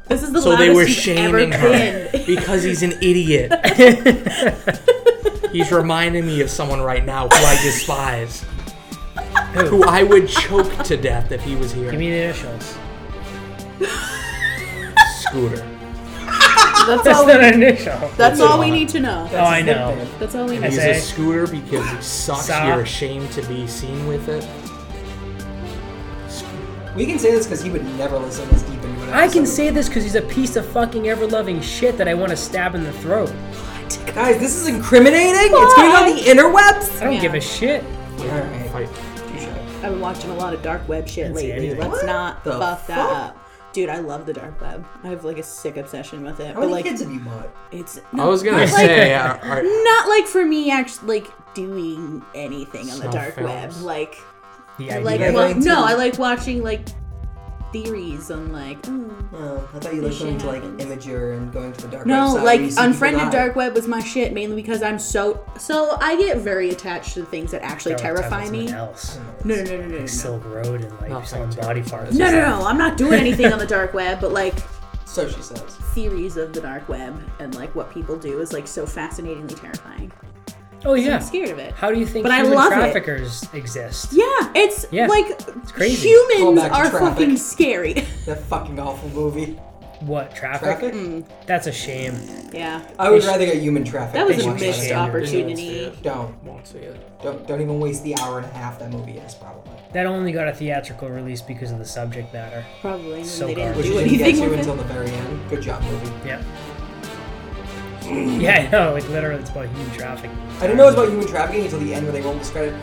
S4: This is the
S2: So
S4: loudest
S2: they were
S4: you've
S2: shaming
S4: ever
S2: her
S4: been.
S2: because he's an idiot. he's reminding me of someone right now who I despise. Who I would choke to death if he was
S1: Give
S2: here.
S1: me the initials.
S2: Scooter.
S4: That's
S1: That's
S4: all.
S1: not
S4: We,
S1: an initial.
S4: that's all we
S2: Lana.
S4: need to know.
S1: Oh, I know.
S4: That's all we
S1: I
S4: need.
S2: He's
S1: say-
S2: a scooter because he sucks.
S1: Suck.
S2: You're ashamed to be seen with it.
S3: We can say this because he would never listen this deep into it.
S1: I can say this because he's a piece of fucking ever-loving shit that I want to stab in the throat.
S3: guys, this is incriminating. It's going on the
S1: I
S3: interwebs.
S1: don't
S4: Yeah.
S1: give a shit.
S3: All right,
S2: Fight.
S3: touche.
S4: I've been watching a lot of dark web shit
S1: That's
S4: lately.
S1: anything.
S4: Let's
S3: What
S4: not
S3: the
S4: fuck that
S3: fuck?
S4: up. Dude, I love the dark web. I have like a sick obsession with it.
S3: How
S4: but
S3: many
S4: like,
S3: kids have you bought?
S4: it's
S2: I was gonna
S4: not
S2: say, are, are,
S4: like, not like for me actually like doing anything on the
S2: Snuff
S4: dark web.
S2: films.
S4: Like,
S1: The
S4: I
S1: idea.
S4: like
S3: Yeah,
S4: wa-
S3: mine too.
S4: no, I like watching like theories on like. mm,
S3: Oh, I thought you
S4: This
S3: listened
S4: shit
S3: to like
S4: happens.
S3: Imager and going to the dark
S4: No,
S3: web. site
S4: like
S3: where you see people
S4: unfriended
S3: die.
S4: dark web was my shit mainly because I'm so so I get very attached to the things that actually
S1: I don't talk about
S4: terrify me.
S1: someone
S4: No,
S1: Else.
S4: no, no, no, no, no.
S1: Silk Road and like
S2: Nothing
S1: selling
S2: to
S1: body
S2: it.
S1: parts.
S4: No, no, no. I'm not doing anything on the dark web, but like
S3: So she says.
S4: theories of the dark web and like what people do is like so fascinatingly terrifying.
S1: Oh yeah.
S4: I'm scared of it.
S1: How do you think
S4: But I
S1: human
S4: love it.
S1: traffickers exist?
S4: Yeah, it's
S1: Yeah,
S4: like
S1: crazy.
S3: Call
S4: humans
S3: back to
S4: are
S3: traffic.
S4: fucking scary.
S3: That fucking awful movie.
S1: What traffic?
S3: Traffic?
S1: That's a shame.
S4: yeah.
S3: I would rather get human traffic.
S4: That was
S3: than
S4: a
S3: watch
S4: missed
S3: that.
S4: opportunity.
S3: Don't.
S2: Won't see it.
S3: Don't don't even waste the hour and a half that movie is probably.
S1: That only got a theatrical release because of the subject matter.
S4: Probably and
S1: So
S4: they didn't
S1: garbage.
S3: Which
S4: do
S3: you didn't get to
S4: anything with
S3: until
S4: it.
S3: the very end. Good job, movie.
S1: Yeah. yeah, I know. Like literally, it's about human trafficking.
S3: I didn't know it was about human trafficking until the end where they rolled this credit.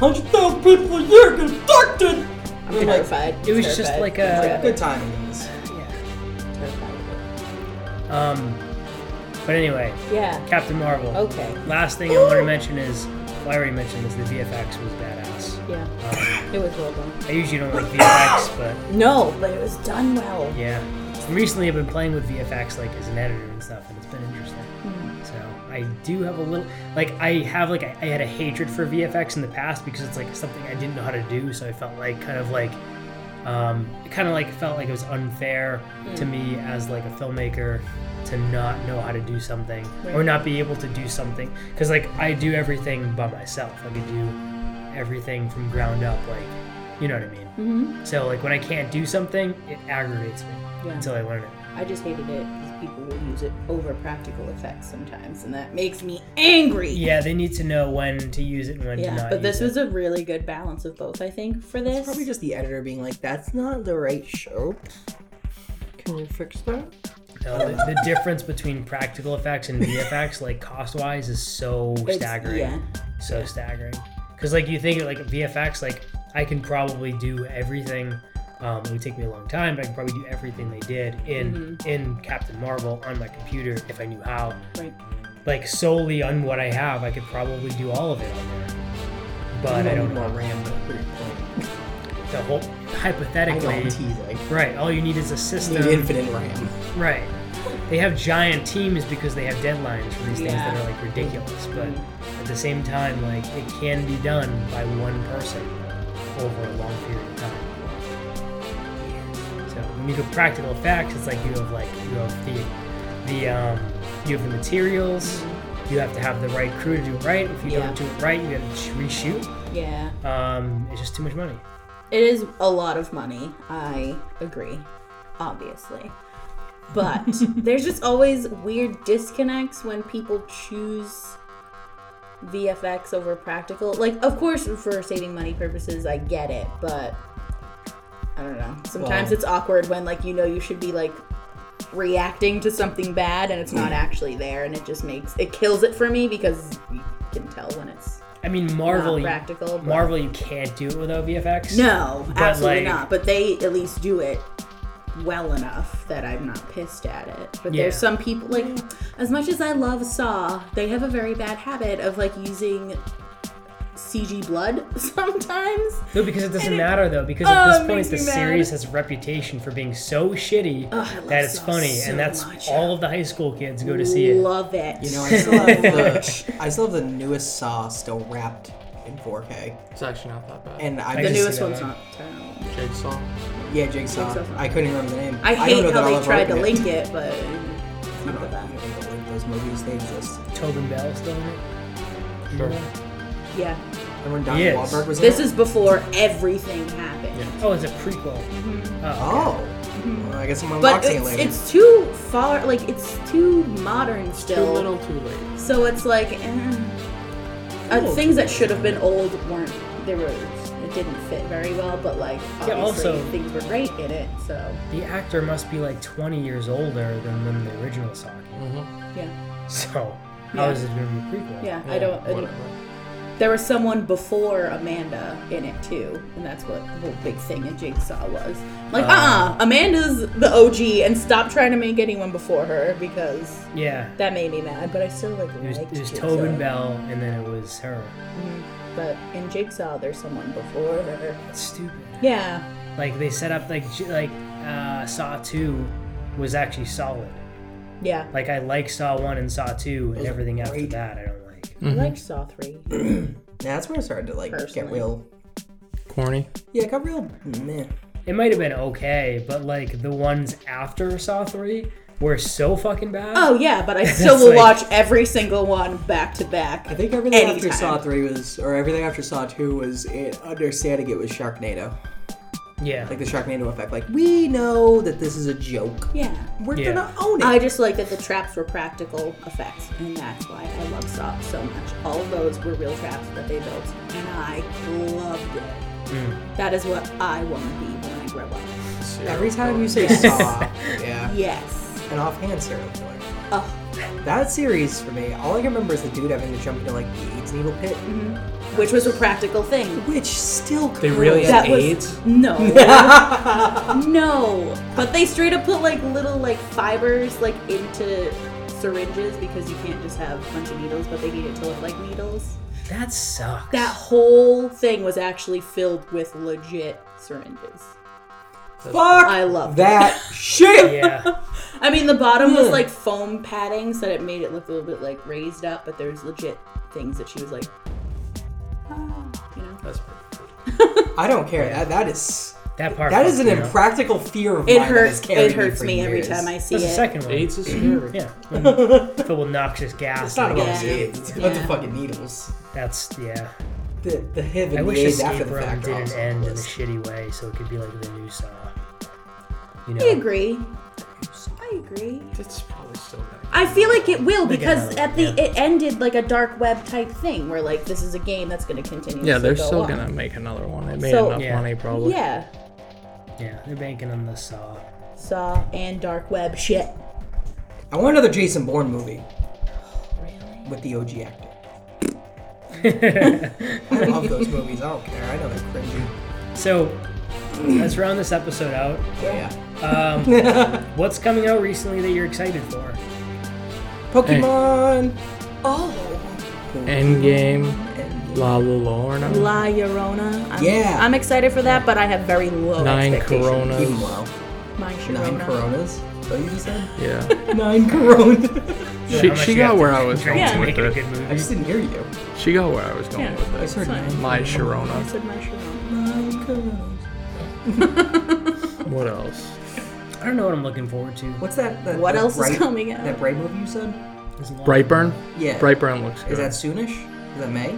S3: 100,000 people a year get abducted! And I'm like,
S4: Terrified.
S1: It was just
S4: Terrified.
S1: like a-
S3: good timing in this.
S1: Yeah. Um. But anyway,
S4: Yeah.
S1: Captain Marvel.
S4: Okay.
S1: Last thing I want to mention is, well, I already mentioned this. The VFX was badass.
S4: Yeah.
S1: Um,
S4: It was well done.
S1: I usually don't like VFX, but
S4: No, but it was done well.
S1: Yeah. And recently, I've been playing with VFX like as an editor and stuff, and it's been interesting. So I do have a little like I have like I, I had a hatred for VFX in the past because it's like something I didn't know how to do, so I felt like kind of like um, it kind of like felt like it was unfair to
S4: Hmm.
S1: me as like a filmmaker to not know how to do something or
S4: Right.
S1: not be able to do something because like I do everything by myself. Like I do everything from ground up. Like you know what I mean.
S4: Mm-hmm.
S1: So like when I can't do something, it aggravates me
S4: Yeah.
S1: until I learn it.
S4: I just hated it because people will use it over practical effects sometimes, and that makes me angry.
S1: Yeah, they need to know when to use it and when to
S4: Yeah,
S1: not.
S4: but this
S1: use
S4: was a really good balance of both, I think, for this.
S3: It's probably just the editor being like, that's not the right show. Can you fix that?
S1: it. No, the, the difference between practical effects and VFX, like cost wise, is so
S4: It's-
S1: staggering.
S4: Yeah.
S1: So staggering. Because like you think like VFX, like I can probably do everything. Um, it would take me a long time, but I can probably do everything they did in in Captain Marvel on my computer if I knew how.
S4: Right.
S1: Like solely on what I have, I could probably do all of it on there. But I don't know.
S3: more Rambo. at your point.
S1: the whole
S3: I know I'm
S1: hypothetically
S3: teasing.
S1: right all you need is a
S3: You
S1: system
S3: need infinite RAM.
S1: right they have giant teams because they have deadlines for these things that
S4: Yeah.
S1: are like ridiculous but at the same time like it can be done by one person over a long period of time so when you go practical effects it's like you have like you have the the um you have the materials you have to have the right crew to do it right if you
S4: Yeah.
S1: don't do it right you gotta sh- reshoot
S4: Yeah.
S1: um it's just too much money
S4: It is a lot of money. I agree, obviously. But there's just always weird disconnects when people choose VFX over practical. Like, of course, for saving money purposes, I get it, but I don't know. Sometimes
S3: Well-
S4: it's awkward when, like, you know, you should be, like, reacting to something bad and it's not actually there, and it just makes it kills it for me because you can tell when it's
S1: I mean, Marvel.
S4: Not practical, but-
S1: Marvel, you can't do it without VFX.
S4: No,
S1: But, like-
S4: absolutely not. But they at least do it well enough that I'm not pissed at it. But
S1: Yeah.
S4: there's some people like, as much as I love Saw, they have a very bad habit of like using CG blood sometimes.
S1: No, because it doesn't matter though. Because
S4: Oh,
S1: at
S4: it
S1: this point,
S4: makes
S1: the
S4: me mad.
S1: series has a reputation for being so shitty
S4: Ugh, I love
S1: that it's
S4: Saw
S1: funny,
S4: so
S1: and that's
S4: much.
S1: all of the high school kids go to see it.
S4: Love it.
S3: You know, I still have the, I still have the newest Saw still wrapped in 4K,
S2: It's actually not that bad.
S3: and I
S1: I
S4: the
S1: just-
S3: just
S4: newest
S1: yeah.
S4: one's not terrible.
S2: Jigsaw.
S3: yeah, Jigsaw.
S4: Jigsaw's not-
S3: I couldn't remember the name.
S4: I
S3: don't
S4: hate
S3: know
S4: how
S3: that I'll
S4: they
S3: ever
S4: tried to
S3: open it.
S4: link it, but it's
S3: You
S4: not
S3: know,
S4: that bad.
S3: you know, like, Those movies, they exist.
S1: Tobin Bell still in it.
S2: Sure.
S4: Yeah.
S3: Remember when Donnie
S1: Yes.
S3: Wahlberg was in
S4: This
S3: it?
S4: is before everything happened.
S1: Oh, it's a prequel.
S4: Mm-hmm.
S1: Oh,
S3: Oh, well, I guess I'm
S4: But
S3: unboxing it
S4: it's,
S3: later.
S4: it's too far, like, it's too modern still.
S2: Too little, too late.
S4: So it's like, eh. uh, things that should have been old weren't, they were, it didn't fit very well, but like, obviously
S1: Yeah, also-
S4: things were great in it, so.
S1: the actor must be like 20 years older than when the original Saw came.
S2: Mm.
S4: Yeah,
S1: So how
S4: Yeah.
S1: is it going to be a prequel?
S4: yeah, I don't. I don't-
S2: Whatever.
S4: there was someone before Amanda in it too, and that's what the whole big thing in Jigsaw was. Like, uh uh Amanda's the OG, and stop trying to make anyone before her because
S1: Yeah.
S4: that made me mad. But I still like
S1: It was,
S4: liked
S1: it was
S4: Jigsaw.
S1: Tobin Bell, and then it was her.
S4: But in Jigsaw, there's someone before her.
S1: That's stupid.
S4: Yeah,
S1: Like they set up like j- like uh, Saw Two was actually solid.
S4: yeah.
S1: Like I like Saw One and Saw Two, and everything after
S3: great.
S1: that I don't like.
S4: I like Saw three.
S3: yeah, that's where I started to like get
S4: Personally.
S3: real.
S2: Corny.
S3: Yeah, it got real. Meh.
S1: It might have been okay, but like the ones after Saw Three were so fucking bad.
S4: Oh yeah, but I still
S1: It's
S4: will
S1: like-
S4: watch every single one back to back.
S3: I think everything after
S4: Anytime.
S3: Saw three was, or everything after Saw two was it, understanding it was Sharknado,
S1: yeah,
S3: like the Sharknado effect. Like we know that this is a joke.
S4: Yeah.
S3: We're
S1: Yeah.
S3: gonna own it.
S4: I just like that the traps were practical effects, and that's why I love Saw so much. All of those were real traps that they built, and I loved it. That is what I want to be when I grow up.
S3: Every time you say Saw, yeah,
S4: Yes.
S3: an offhand serial killer.
S4: Oh,
S3: That series for me, all I can remember is the dude having to jump into like the AIDS needle pit,
S4: which was a practical thing.
S3: which still
S2: They really
S3: could-
S2: had
S4: That was
S2: AIDS?
S4: no, no. But they straight up put like little like fibers like into syringes because you can't just have a bunch of needles, but they need it to look like needles.
S1: that sucks.
S4: That whole thing was actually filled with legit syringes.
S3: fuck
S4: I love
S3: that shit.
S1: yeah,
S4: I mean, the bottom was like foam padding, so that it made it look a little bit like raised up, but there's legit things that she was like, "Ah," you know?
S2: That's
S3: I don't care. That that is
S1: that part.
S3: that
S1: fucked
S3: is an
S1: me up.
S3: impractical fear of
S4: It
S3: mine. that has
S4: hurts.
S3: carried
S4: It hurts
S3: for
S4: me every
S3: years.
S4: time I see
S1: That's the
S4: it.
S1: second one.
S2: AIDS is scary.
S1: Yeah, when filled with noxious gas.
S3: It's not about
S4: Yeah.
S3: the AIDS. It's about the
S4: Yeah.
S3: fucking needles.
S1: That's yeah.
S3: The the HIV
S1: I
S3: and
S1: wish
S3: the AIDS after
S1: Escape
S3: the
S1: Room
S3: fact are
S1: didn't
S3: also
S1: end
S3: on
S1: in
S3: the
S1: a
S3: list.
S1: shitty way, so it could be like the new Saw. You
S4: I
S1: know,
S4: agree. I agree.
S2: It's probably still bad.
S4: I feel like it will because
S1: another
S4: at the it ended like a dark web type thing where like this is a game that's going to continue.
S2: Yeah,
S4: to
S2: they're
S4: go
S2: still
S4: on.
S2: gonna make another one. They made
S4: So-
S2: enough
S1: Yeah.
S2: money probably.
S4: Yeah,
S1: yeah, they're banking on the Saw.
S4: Saw and dark web shit.
S3: I want another Jason Bourne movie
S4: Really?
S3: with the OG actor. I love those movies. I don't care. I know they're cringy.
S1: So let's round this episode out.
S3: But yeah.
S1: What's coming out recently that you're excited for?
S3: Pokemon.
S4: Oh,
S2: Endgame, La La Lorna,
S4: La Llorona. I'm,
S3: Yeah.
S4: I'm excited for that, but I have very low
S2: Nine
S4: expectations.
S3: Even
S2: Coronas.
S3: well.
S4: My
S3: Nine
S4: Sharona.
S3: Coronas. What you just said?
S2: Yeah,
S3: Nine Coronas.
S2: she, she got where I was going
S1: trying to
S4: Yeah.
S1: make
S2: with
S1: it a
S2: it.
S1: good
S3: I
S1: movie.
S3: just didn't hear you.
S2: She got where I was going
S4: Yeah.
S3: I
S2: with
S3: just
S2: it.
S3: heard
S4: Fine.
S3: nine.
S2: My
S4: I
S2: Sharona.
S4: said my Sharona.
S3: Nine Coronas.
S2: What else?
S1: I don't know what I'm looking forward to.
S3: What's that? that
S4: What
S3: that
S4: else is
S3: Bright-
S4: coming out?
S3: That Bright movie you said?
S1: There's a lot.
S2: Brightburn.
S3: Yeah.
S2: Brightburn looks good.
S3: Is that soonish? Is that May?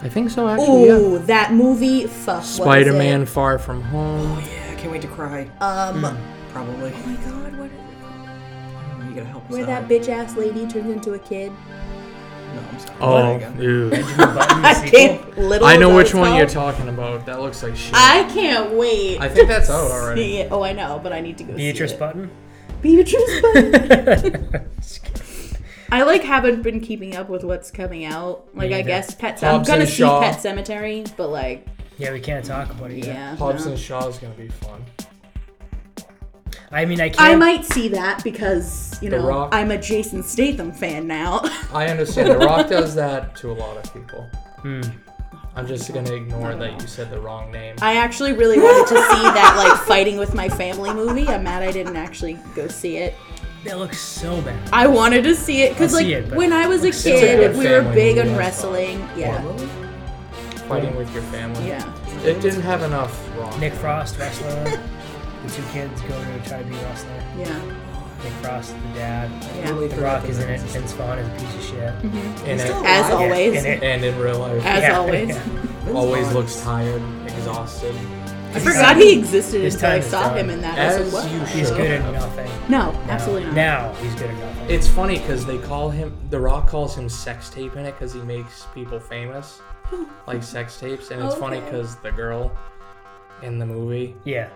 S2: I think so actually. yeah.
S4: Ooh, that movie. Fuck. what is
S2: Spider-Man:
S4: it?
S2: Far From Home.
S3: Oh yeah, I can't wait to cry.
S4: Um.
S3: Hmm. Probably.
S4: Oh my god, what is it?
S3: You gotta help us
S4: Where
S3: out.
S4: that bitch ass lady turns into a kid.
S3: No, I'm sorry.
S2: Oh,
S3: There you go.
S2: dude.
S1: Button, the
S4: I
S1: sequel.
S4: can't. Little.
S2: I
S4: is
S2: know
S4: that
S2: which
S4: it's
S2: one you're
S4: called.
S2: talking about. That looks like shit.
S4: I can't wait.
S2: I think that's out
S4: to
S2: already.
S4: see it. Oh, I know, but I need to go.
S1: Beatrice
S4: see it.
S1: Button.
S4: Beatrice Button.
S1: Just kidding.
S4: I like haven't been keeping up with what's coming out. Like I
S1: either.
S4: guess Pet.
S2: Hobbs
S4: I'm gonna
S2: and
S4: see
S2: Shaw.
S4: Pet Cemetery, but like,
S1: yeah, we can't talk about it. yet.
S4: yeah.
S2: Hobbs
S4: no.
S2: and Shaw is gonna be fun.
S1: I mean, I can't.
S4: I might see that because you
S2: The
S4: know
S2: Rock.
S4: I'm a Jason Statham fan now.
S2: I understand. The Rock does that to a lot of people. I'm just gonna ignore that you said the wrong name.
S4: I actually really wanted to see that like fighting with my family movie. I'm mad I didn't actually go see it.
S1: That looks so bad.
S4: I wanted to see it because
S1: I'll
S4: like
S1: see it, but-
S4: when I was a
S2: a
S4: kid,
S2: good
S4: we were
S2: family
S4: big
S2: movie,
S4: on
S2: that's fine.
S4: wrestling. Yeah,
S2: Fighting with your family.
S4: yeah.
S2: It didn't have enough Rock.
S1: Nick Frost, wrestler. the two kids go to try to be a wrestler.
S4: Yeah.
S1: Nick Frost, the dad.
S4: Yeah.
S1: The Rock is in it. Vince Vaughn is a piece of shit.
S2: in it,
S4: As always.
S1: in it.
S2: and in real life,
S4: As
S1: Yeah,
S4: always.
S1: yeah.
S2: always looks tired, exhausted.
S4: I forgot he existed
S1: His
S4: until I
S1: time is
S4: saw
S1: done.
S4: him in that. I was
S2: As
S4: like,
S2: you
S4: "What?"
S1: He's
S2: should.
S1: good at nothing.
S4: No, absolutely not.
S1: Now he's good at nothing.
S2: It's funny because they call him The Rock calls him sex tape in it because he makes people famous, like sex tapes, and it's funny
S4: Okay.
S2: because the girl in the movie,
S1: yeah.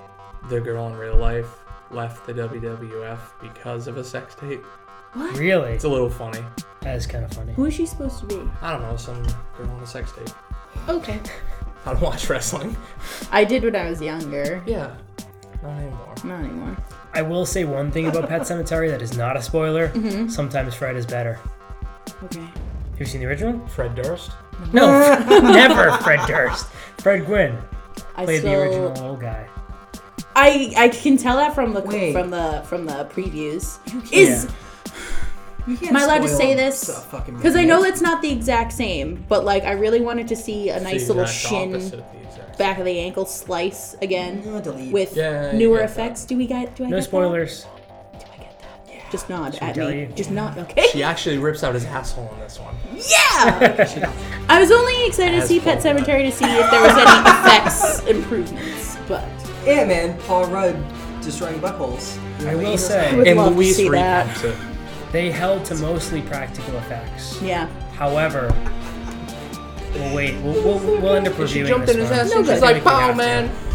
S2: the girl in real life, left the WWF because of a sex tape.
S1: Really?
S2: It's a little funny.
S1: That is kind of funny.
S4: Who is she supposed to be?
S2: I don't know, some girl on a sex tape.
S4: Okay.
S2: I don't watch wrestling.
S4: I did when I was younger.
S2: Yeah, not anymore.
S4: Not anymore.
S1: I will say one thing about Pet Cemetery that is not a spoiler. Sometimes Fred is better.
S4: Okay.
S1: Have you seen the original?
S2: Fred Durst.
S1: No, never Fred Durst. Fred Gwynn
S4: I
S1: played
S4: still,
S1: the original old guy.
S4: I I can tell that from the
S3: Wait.
S4: from the from the previews. Is am I allowed to say this? Because I know it's not the exact same, but like I really wanted to see a nice
S2: The
S4: little
S2: exact
S4: shin
S2: opposite of the exact-
S4: back of the ankle slice again
S3: Oh, delete.
S4: with
S2: Yeah, you
S4: newer
S2: get that.
S4: effects. Do we get? Do I
S1: No
S4: get that?
S1: spoilers.
S4: Do I get that? Just nod at
S1: tell
S4: me.
S1: you.
S4: Just nod. Okay.
S2: He actually rips out his asshole in this one.
S4: Yeah. I was only excited to
S2: As
S4: see Pet
S2: Pokemon.
S4: Cemetery to see if there was any effects improvements, but
S3: Ant Man, Paul Rudd destroying buttholes.
S1: I will
S4: would
S1: say
S2: and
S4: love to
S2: Luis
S4: see that.
S2: recaps it.
S1: they held to mostly practical effects.
S4: yeah.
S1: However, we'll wait. We'll, we'll, we'll end up reviewing this one.
S4: and she's
S1: I think we have to.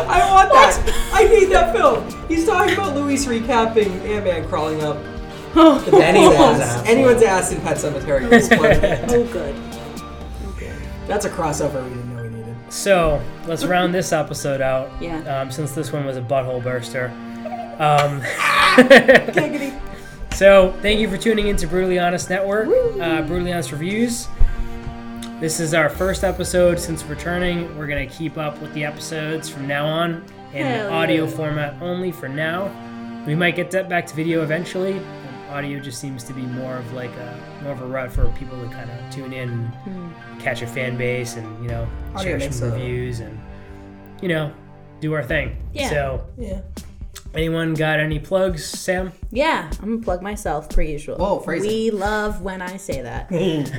S3: I want that. I hate that film. He's talking about Luis recapping Ant Man crawling up anyone's ass, anyone's ass in Pet Cemetery. was part of it.
S4: Oh, good.
S3: That's a crossover we didn't know we needed.
S1: So let's round this episode out.
S4: Yeah.
S1: Um, since this one was a butthole burster. Um,
S3: Giggity.
S1: so thank you for tuning into Brutally Honest Network, uh, Brutally Honest Reviews. This is our first episode since returning. We're gonna keep up with the episodes from now on in
S4: Hell
S1: audio
S4: yeah.
S1: format only for now. We might get that back to video eventually. Audio just seems to be more of like a more of a rut for people to kind of tune in, and catch a fan base, and you know
S3: Hmm. Audio
S1: share
S3: makes
S1: some
S3: a-
S1: reviews and you know do our thing.
S4: Yeah.
S1: So
S3: Yeah.
S1: anyone got any plugs, Sam?
S4: Yeah, I'm gonna plug myself per usual.
S3: Whoa, phrasing.
S4: We love when I say that.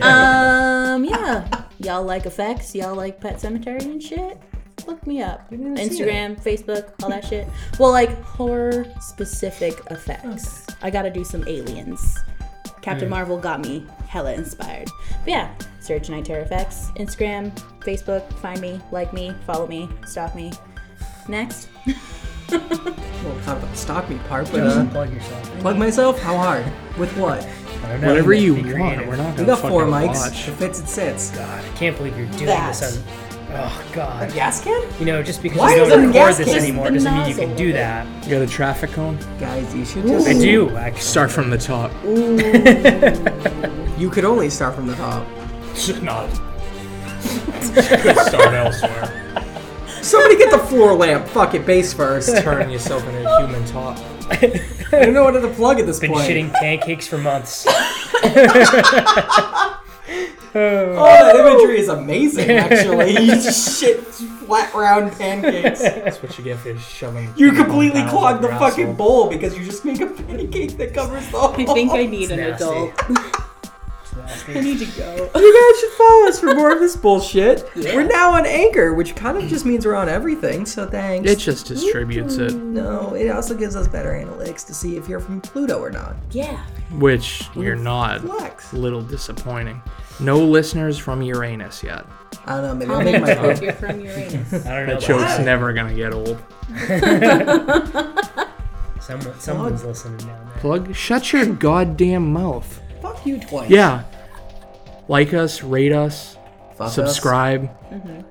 S4: um, yeah, y'all like effects, y'all like Pet Cemetery and shit. Look me up.
S3: never seen
S4: Instagram, Facebook, all that shit. Well, like horror specific effects. I gotta do some aliens. Captain Marvel got me hella inspired. But yeah, search Night Terror Effects, Instagram, Facebook, find me, like me, follow me, stalk me. Next.
S3: Well, it's not about the stock me part, but
S1: Just
S3: uh,
S1: plug yourself.
S3: plug myself. How hard? With
S1: I
S3: what?
S1: don't know.
S2: Whatever
S1: have
S2: you
S1: to be
S2: want,
S1: creative.
S2: we're not
S3: We
S2: gonna
S3: got four
S2: fucking
S3: mics.
S2: watch.
S3: It fits. It sits.
S1: God, I can't believe you're doing
S4: That.
S1: this on. Oh God.
S3: Gas can?
S1: You know, just because
S3: Why
S1: we
S3: is it
S1: don't record
S3: gas
S1: this
S3: cans?
S1: anymore
S4: The
S1: doesn't mean you
S4: nozzle
S1: can
S4: of
S1: do
S4: it.
S1: that.
S2: You got a traffic cone?
S3: Guys, you should just.
S1: I do actually.
S2: Start from the top.
S3: You could only start from the top.
S2: Not. Could start elsewhere.
S3: Somebody get the floor lamp. Fuck it, base first.
S2: Turn yourself into a human top.
S3: I don't know what to plug at this
S1: Been
S3: point.
S1: shitting pancakes for months.
S3: Oh, that imagery is amazing. Actually, you just shit flat round pancakes.
S2: That's what you get for shoving.
S3: You completely clog the
S2: Your asshole.
S3: fucking bowl because you just make a pancake that covers the whole.
S4: I think I need an
S1: nasty.
S4: adult. I need to go.
S3: You guys should follow us for more of this bullshit. We're now on Anchor, which kind of just means we're on everything. So thanks.
S2: It just distributes it,
S3: no, it also gives us better analytics to see if you're from Pluto or not.
S4: Yeah.
S2: which you're not.
S3: Flex.
S2: Little disappointing. No listeners from Uranus yet.
S3: I don't know. Maybe I'll make
S4: Comment
S3: my
S4: if you're from
S1: I don't
S4: Uranus.
S1: know.
S2: That
S1: about
S2: joke's never gonna get old.
S1: Someone, someone's listening down there.
S2: Plug. Shut your goddamn mouth.
S3: fuck you twice.
S2: Yeah. Like us, Mm-hmm. rate us,
S3: Fuck
S2: subscribe.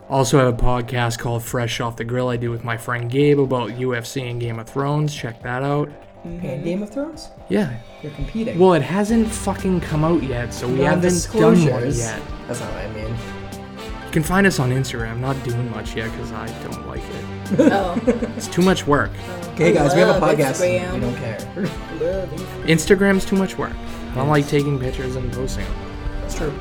S2: Also have a podcast called Fresh Off the Grill I do with my friend Gabe about UFC and Game of Thrones. Check that out.
S3: Us. And Game of Thrones?
S2: Yeah.
S3: You're competing.
S2: Well, it hasn't fucking come out yet, so we haven't done one
S3: Non-disclosures.
S2: yet.
S3: That's not what I mean.
S2: You can find us on Instagram. I'm not doing much yet because I don't like it.
S4: Oh,
S2: It's too much work.
S3: Okay, guys, we have a
S4: Love
S3: podcast.
S4: Instagram.
S3: and We don't care.
S4: love Instagram.
S2: Instagram's too much work. I don't like taking pictures and posting them.
S3: That's true.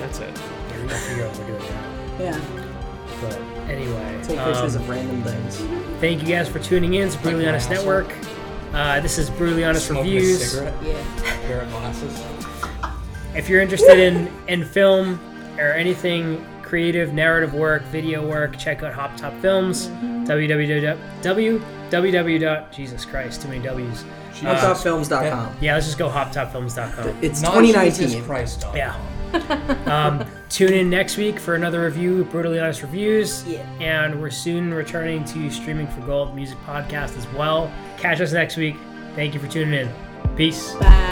S2: That's it.
S1: I forget what we're doing now.
S4: Yeah.
S1: But anyway,
S3: Take
S1: um,
S3: pictures of random things.
S1: thank you guys for tuning in to Brutally
S2: an
S1: Honest
S2: asshole.
S1: Network. Uh, this is Brutally Honest
S2: Smoking a
S1: Reviews.
S2: cigarette,
S4: Yeah.
S2: pair of glasses.
S1: If you're interested in in film or anything creative, narrative work, video work, check out Hop Top Films. www. Jesus Christ, too many W's. Um,
S3: Hoptopfilms.com.
S1: Yeah, let's just go hoptopfilms.com.
S3: It's
S2: Not
S3: 2019.
S2: Jesus Christ, dog.
S1: Yeah. um, tune in next week for another review, Brutally Honest Reviews.
S4: Yeah.
S1: And we're soon returning to Streaming for Gold Music Podcast as well. Catch us next week. Thank you for tuning in. Peace.
S4: Bye.